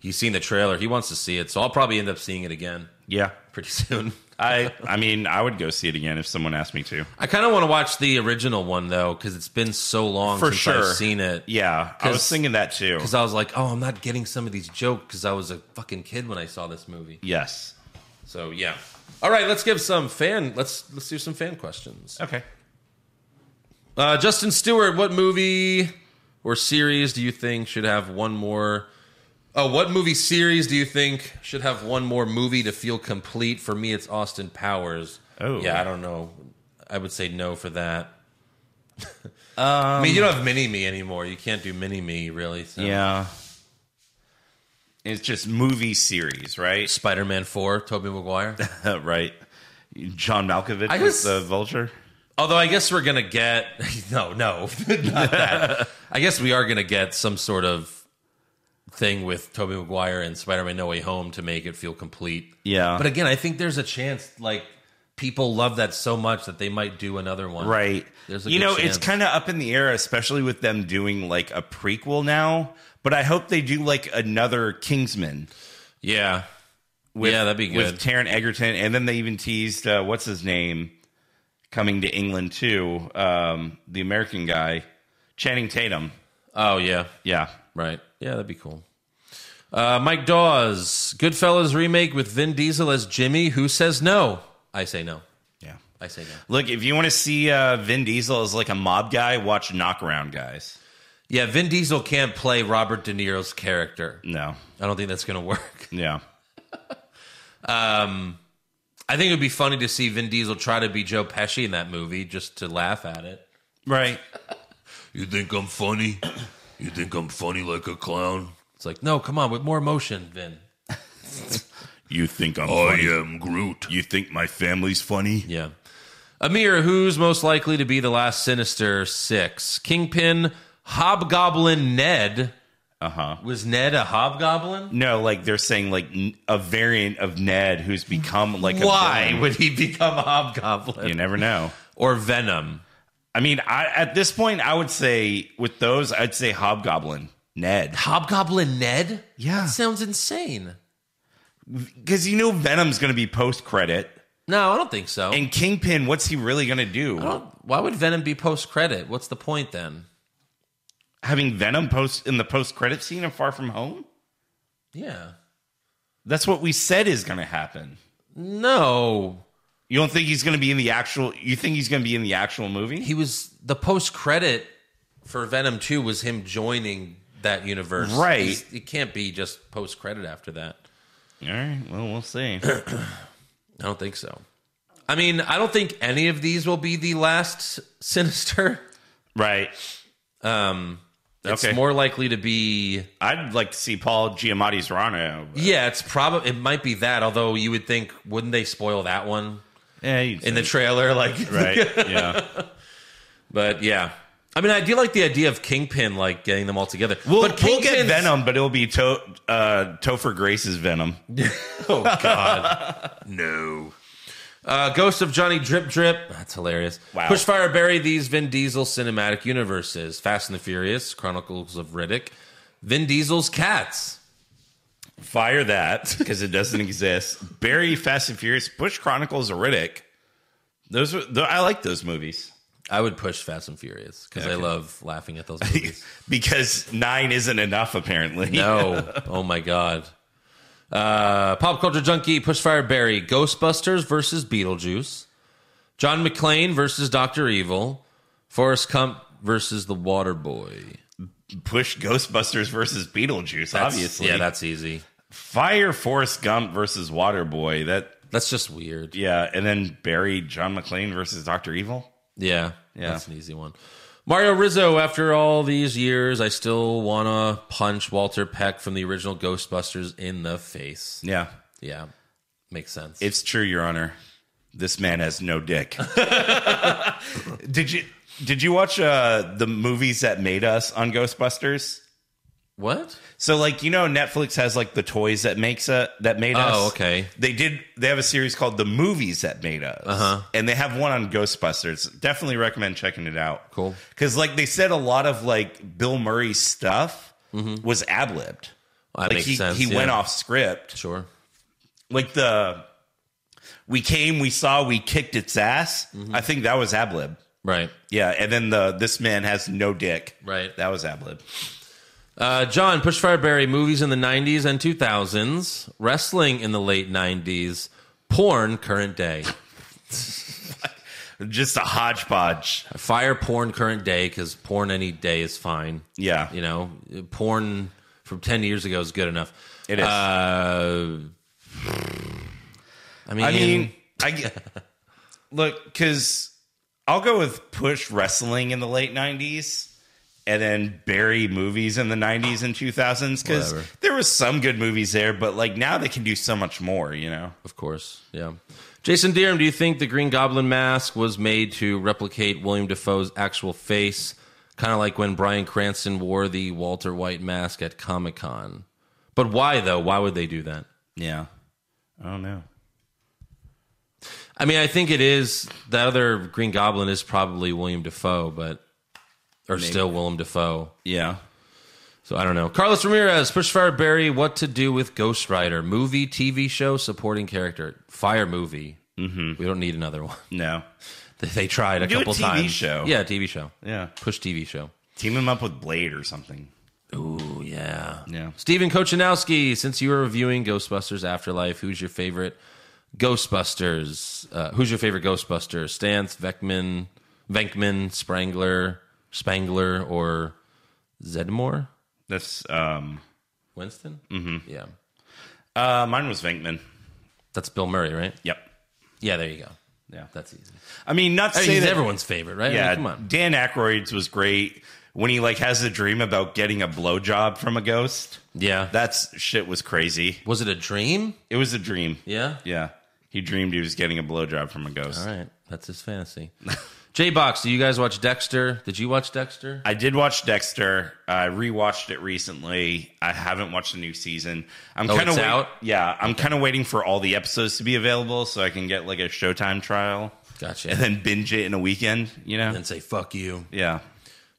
C: he's seen the trailer. He wants to see it, so I'll probably end up seeing it again
D: Yeah,
C: pretty soon.
D: I I mean I would go see it again if someone asked me to.
C: I kind of want to watch the original one though, because it's been so long
D: For
C: since
D: sure.
C: I've seen it.
D: Yeah, I was
C: 'Cause-
D: thinking that too.
C: because I was like, oh, I'm not getting some of these jokes because I was a fucking kid when I saw this movie.
D: Yes.
C: So yeah. All right, let's give some fan. Let's let's do some fan questions.
D: Okay.
C: Uh, Justin Stewart, what movie or series do you think should have one more? Oh, what movie series do you think should have one more movie to feel complete? For me, it's Austin Powers.
D: Oh.
C: yeah, I don't know. I would say no for that. I mean, you don't have Mini Me anymore. You can't do Mini Me really. So.
D: Um, Yeah. It's just movie series, right?
C: Spider Man Four, Tobey Maguire.
D: right. John Malkovich
C: I
D: was
C: guess-
D: the vulture.
C: Although I guess we're gonna get no, no, not that. I guess we are gonna get some sort of thing with Tobey Maguire and Spider-Man No Way Home to make it feel complete.
D: Yeah.
C: But again, I think there's a chance like people love that so much that they might do another one.
D: right.
C: There's a
D: you
C: good
D: know,
C: chance.
D: it's kind of up in the air, especially with them doing like a prequel now. But I hope they do like another Kingsman
C: Yeah. yeah, that'd be good.
D: with Taron Egerton, and then they even teased uh, what's his name coming to England too, um, the American guy, Channing Tatum.
C: oh yeah.
D: Yeah,
C: Right. Yeah, that'd be cool. Uh, Mike Dawes, Goodfellas remake with Vin Diesel as Jimmy. Who says no? I say no.
D: yeah.
C: I say no.
D: Look, if you want to see uh, Vin Diesel as like a mob guy, watch Knockaround Guys.
C: Yeah, Vin Diesel can't play Robert De Niro's character.
D: No,
C: I don't think that's going to work.
D: yeah,
C: I think it would be funny to see Vin Diesel try to be Joe Pesci in that movie just to laugh at it.
D: right.
C: You think I'm funny? You think I'm funny like a clown? It's like, no, come on, with more emotion, Vin.
D: You think I'm?
F: am Groot.
D: You think my family's funny?
C: Yeah. Amir, who's most likely to be the last Sinister Six? Kingpin, Hobgoblin, Ned.
D: Uh huh.
C: Was Ned a hobgoblin?
D: No, like they're saying like n- a variant of Ned who's become like a
C: Why
D: villain.
C: would he become a hobgoblin?
D: you never know.
C: Or Venom?
D: I mean, I at this point, I would say with those, I'd say Hobgoblin Ned
C: Hobgoblin Ned?
D: Yeah.
C: That sounds insane.
D: because you know Venom's going to be post credit
C: No, I don't think so.
D: and Kingpin. What's he really going to
C: I
D: do?
C: don't- why would Venom be post credit? What's the point then?
D: Having Venom post in the post credit scene of Far From Home.
C: Yeah.
D: That's what we said is going to happen.
C: No.
D: You don't think he's going to be in the actual? You think he's going to be in the actual movie?
C: He was the post credit for Venom 2 was him joining that universe.
D: Right.
C: He's- it can't be just post credit after that.
D: All right. Well, we'll see.
C: I don't think so. I mean, I don't think any of these will be the last Sinister.
D: right.
C: Um it's
D: Okay.
C: more likely to be
D: I'd like to see Paul Giamatti's Rano. but-
C: yeah, it's probably it might be that, although you would think wouldn't they spoil that one
D: Yeah, you'd
C: in
D: say.
C: the trailer like
D: right. Yeah.
C: But yeah, I mean, I do like the idea of Kingpin like getting them all together.
D: We'll,
C: but
D: we'll get
C: Kingpin's-
D: Venom, but it'll be to- uh, Topher Grace's Venom.
C: Oh God, no. Uh, Ghost of Johnny Drip Drip. That's hilarious.
D: Wow.
C: Pushfire bury these Vin Diesel cinematic universes: Fast and the Furious, Chronicles of Riddick, Vin Diesel's Cats.
D: Fire that because it doesn't exist. Barry, Fast and Furious, Bush Chronicles, of Riddick. Those were, th- I like those movies
C: I would push Fast and Furious because I
D: Okay.
C: love laughing at those movies.
D: because nine isn't enough apparently.
C: No. Oh my God. Uh, Pop culture junkie, Pushfire Barry, Ghostbusters versus Beetlejuice, John McClane versus Doctor Evil, Forrest Gump versus the Water Boy.
D: Push Ghostbusters versus Beetlejuice.
C: That's-
D: obviously,
C: yeah, that's easy.
D: Fire Forrest Gump versus Waterboy. That
C: That's just weird. Yeah.
D: Yeah, and then Barry John McClane versus Doctor Evil.
C: Yeah.
D: Yeah.
C: That's an easy one. Mario Rizzo, after all these years, I still want to punch Walter Peck from the original Ghostbusters in the face.
D: Yeah,
C: Yeah. Makes sense.
D: it's true, Your Honor. This man has no dick. did you Did you watch uh, the movies that made us on Ghostbusters?
C: what?
D: So like you know Netflix has like the toys that makes a that made us.
C: Oh, okay.
D: They did they have a series called The Movies That Made Us.
C: Uh-huh.
D: And they have one on Ghostbusters. Definitely recommend checking it out.
C: Cool.
D: Cuz like they said a lot of like Bill Murray's stuff was ad-libbed.
C: Well, Mm-hmm. that
D: like
C: makes
D: he
C: sense.
D: he went
C: yeah.
D: off script.
C: Sure.
D: Like the we came, we saw, we kicked its ass. I think that was ad-lib.
C: Right.
D: Yeah, and then the this man has no dick.
C: Right.
D: That was ad-lib.
C: Uh, John, Push Fire Barry, movies in the 90s and 2000s, wrestling in the late 90s, porn current day.
D: Just a hodgepodge.
C: Fire porn current day because porn any day is fine.
D: Yeah.
C: You know, porn from 10 years ago is good enough.
D: It is.
C: Uh, I mean,
D: I mean, I get, look because I'll go with push wrestling in the late '90s, and then Barry movies in the '90s and 2000s because
C: Whatever.
D: there was some good movies there, but like now they can do so much more. You know,
C: of course. Yeah. Jason Deerham, do you think the Green Goblin mask was made to replicate William Defoe's actual face? Kind of like when Brian Cranston wore the Walter White mask at Comic Con. But why, though? Why would they do that?
D: yeah. I don't know.
C: I mean, I think it is that other Green Goblin is probably William Defoe, but or still Willem Defoe.
D: Yeah,
C: So I don't know. Carlos Ramirez, Push Fire Barry, what to do with Ghost Rider? Movie, TV show, supporting character, Fire movie. Mm-hmm. We don't need another one.
D: no.
C: They- They tried a
D: Do a
C: couple
D: TV
C: times.
D: show.
C: yeah, TV show,
D: Yeah,
C: push TV show.
D: team him up with Blade or something.
C: Ooh, yeah,
D: Yeah.
C: Stephen Kochanowski, since you were reviewing Ghostbusters Afterlife, who's your favorite Ghostbusters? Uh, who's your favorite Ghostbuster? Stance, Venkman, Venkman, Sprangler, Spangler, or Zedmore?
D: That's um.
C: Winston? Mm-hmm. Yeah,
D: Uh, mine was Venkman.
C: that's Bill Murray, right?
D: Yep.
C: Yeah, there you go.
D: Yeah.
C: That's easy.
D: I mean, not to
C: I mean,
D: say
C: he's
D: that
C: everyone's favorite, right? I mean,
D: Yeah,
C: come on.
D: Dan Aykroyd's was great when he like has a dream about getting a blowjob from a ghost.
C: Yeah.
D: That's shit was crazy.
C: was it a dream?
D: It was a dream.
C: Yeah.
D: Yeah. He dreamed he was getting a blowjob from a ghost.
C: All right. That's his fantasy. J Box, do you guys watch Dexter? Did you watch Dexter?
D: I did watch Dexter. I rewatched it recently. I haven't watched the new season. I'm
C: Oh,
D: kind of
C: it's out?
D: Yeah, I'm kind of waiting for all the episodes to be available so I can get like a Showtime trial
C: Gotcha.
D: and then binge it in a weekend. You know?
C: and say fuck you.
D: yeah.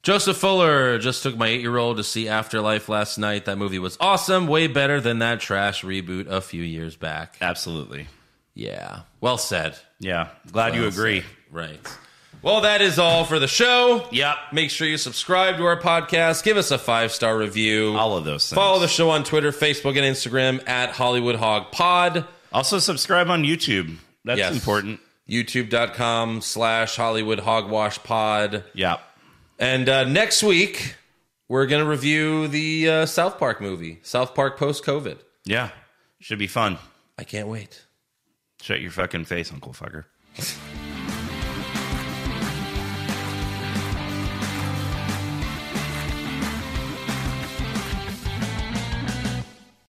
C: Joseph Fuller just took my eight year old to see Afterlife last night. That movie was awesome, way better than that trash reboot a few years back.
D: Absolutely.
C: Yeah. Well said.
D: Yeah. Glad you
C: Well
D: agree.
C: said. Right. Well, that is all for the show.
D: Yep.
C: Make sure you subscribe to our podcast. Give us a five star review.
D: All of those things.
C: Follow the show on Twitter, Facebook, and Instagram at Hollywood Hog Pod.
D: Also, subscribe on YouTube. That's
C: Yes.
D: important.
C: YouTube.com slash Hollywood Hogwash Pod.
D: Yeah.
C: And uh, next week, we're going to review the uh, South Park movie, South Park Post COVID.
D: Yeah. Should be fun.
C: I can't wait.
D: Shut your fucking face, Uncle Fucker.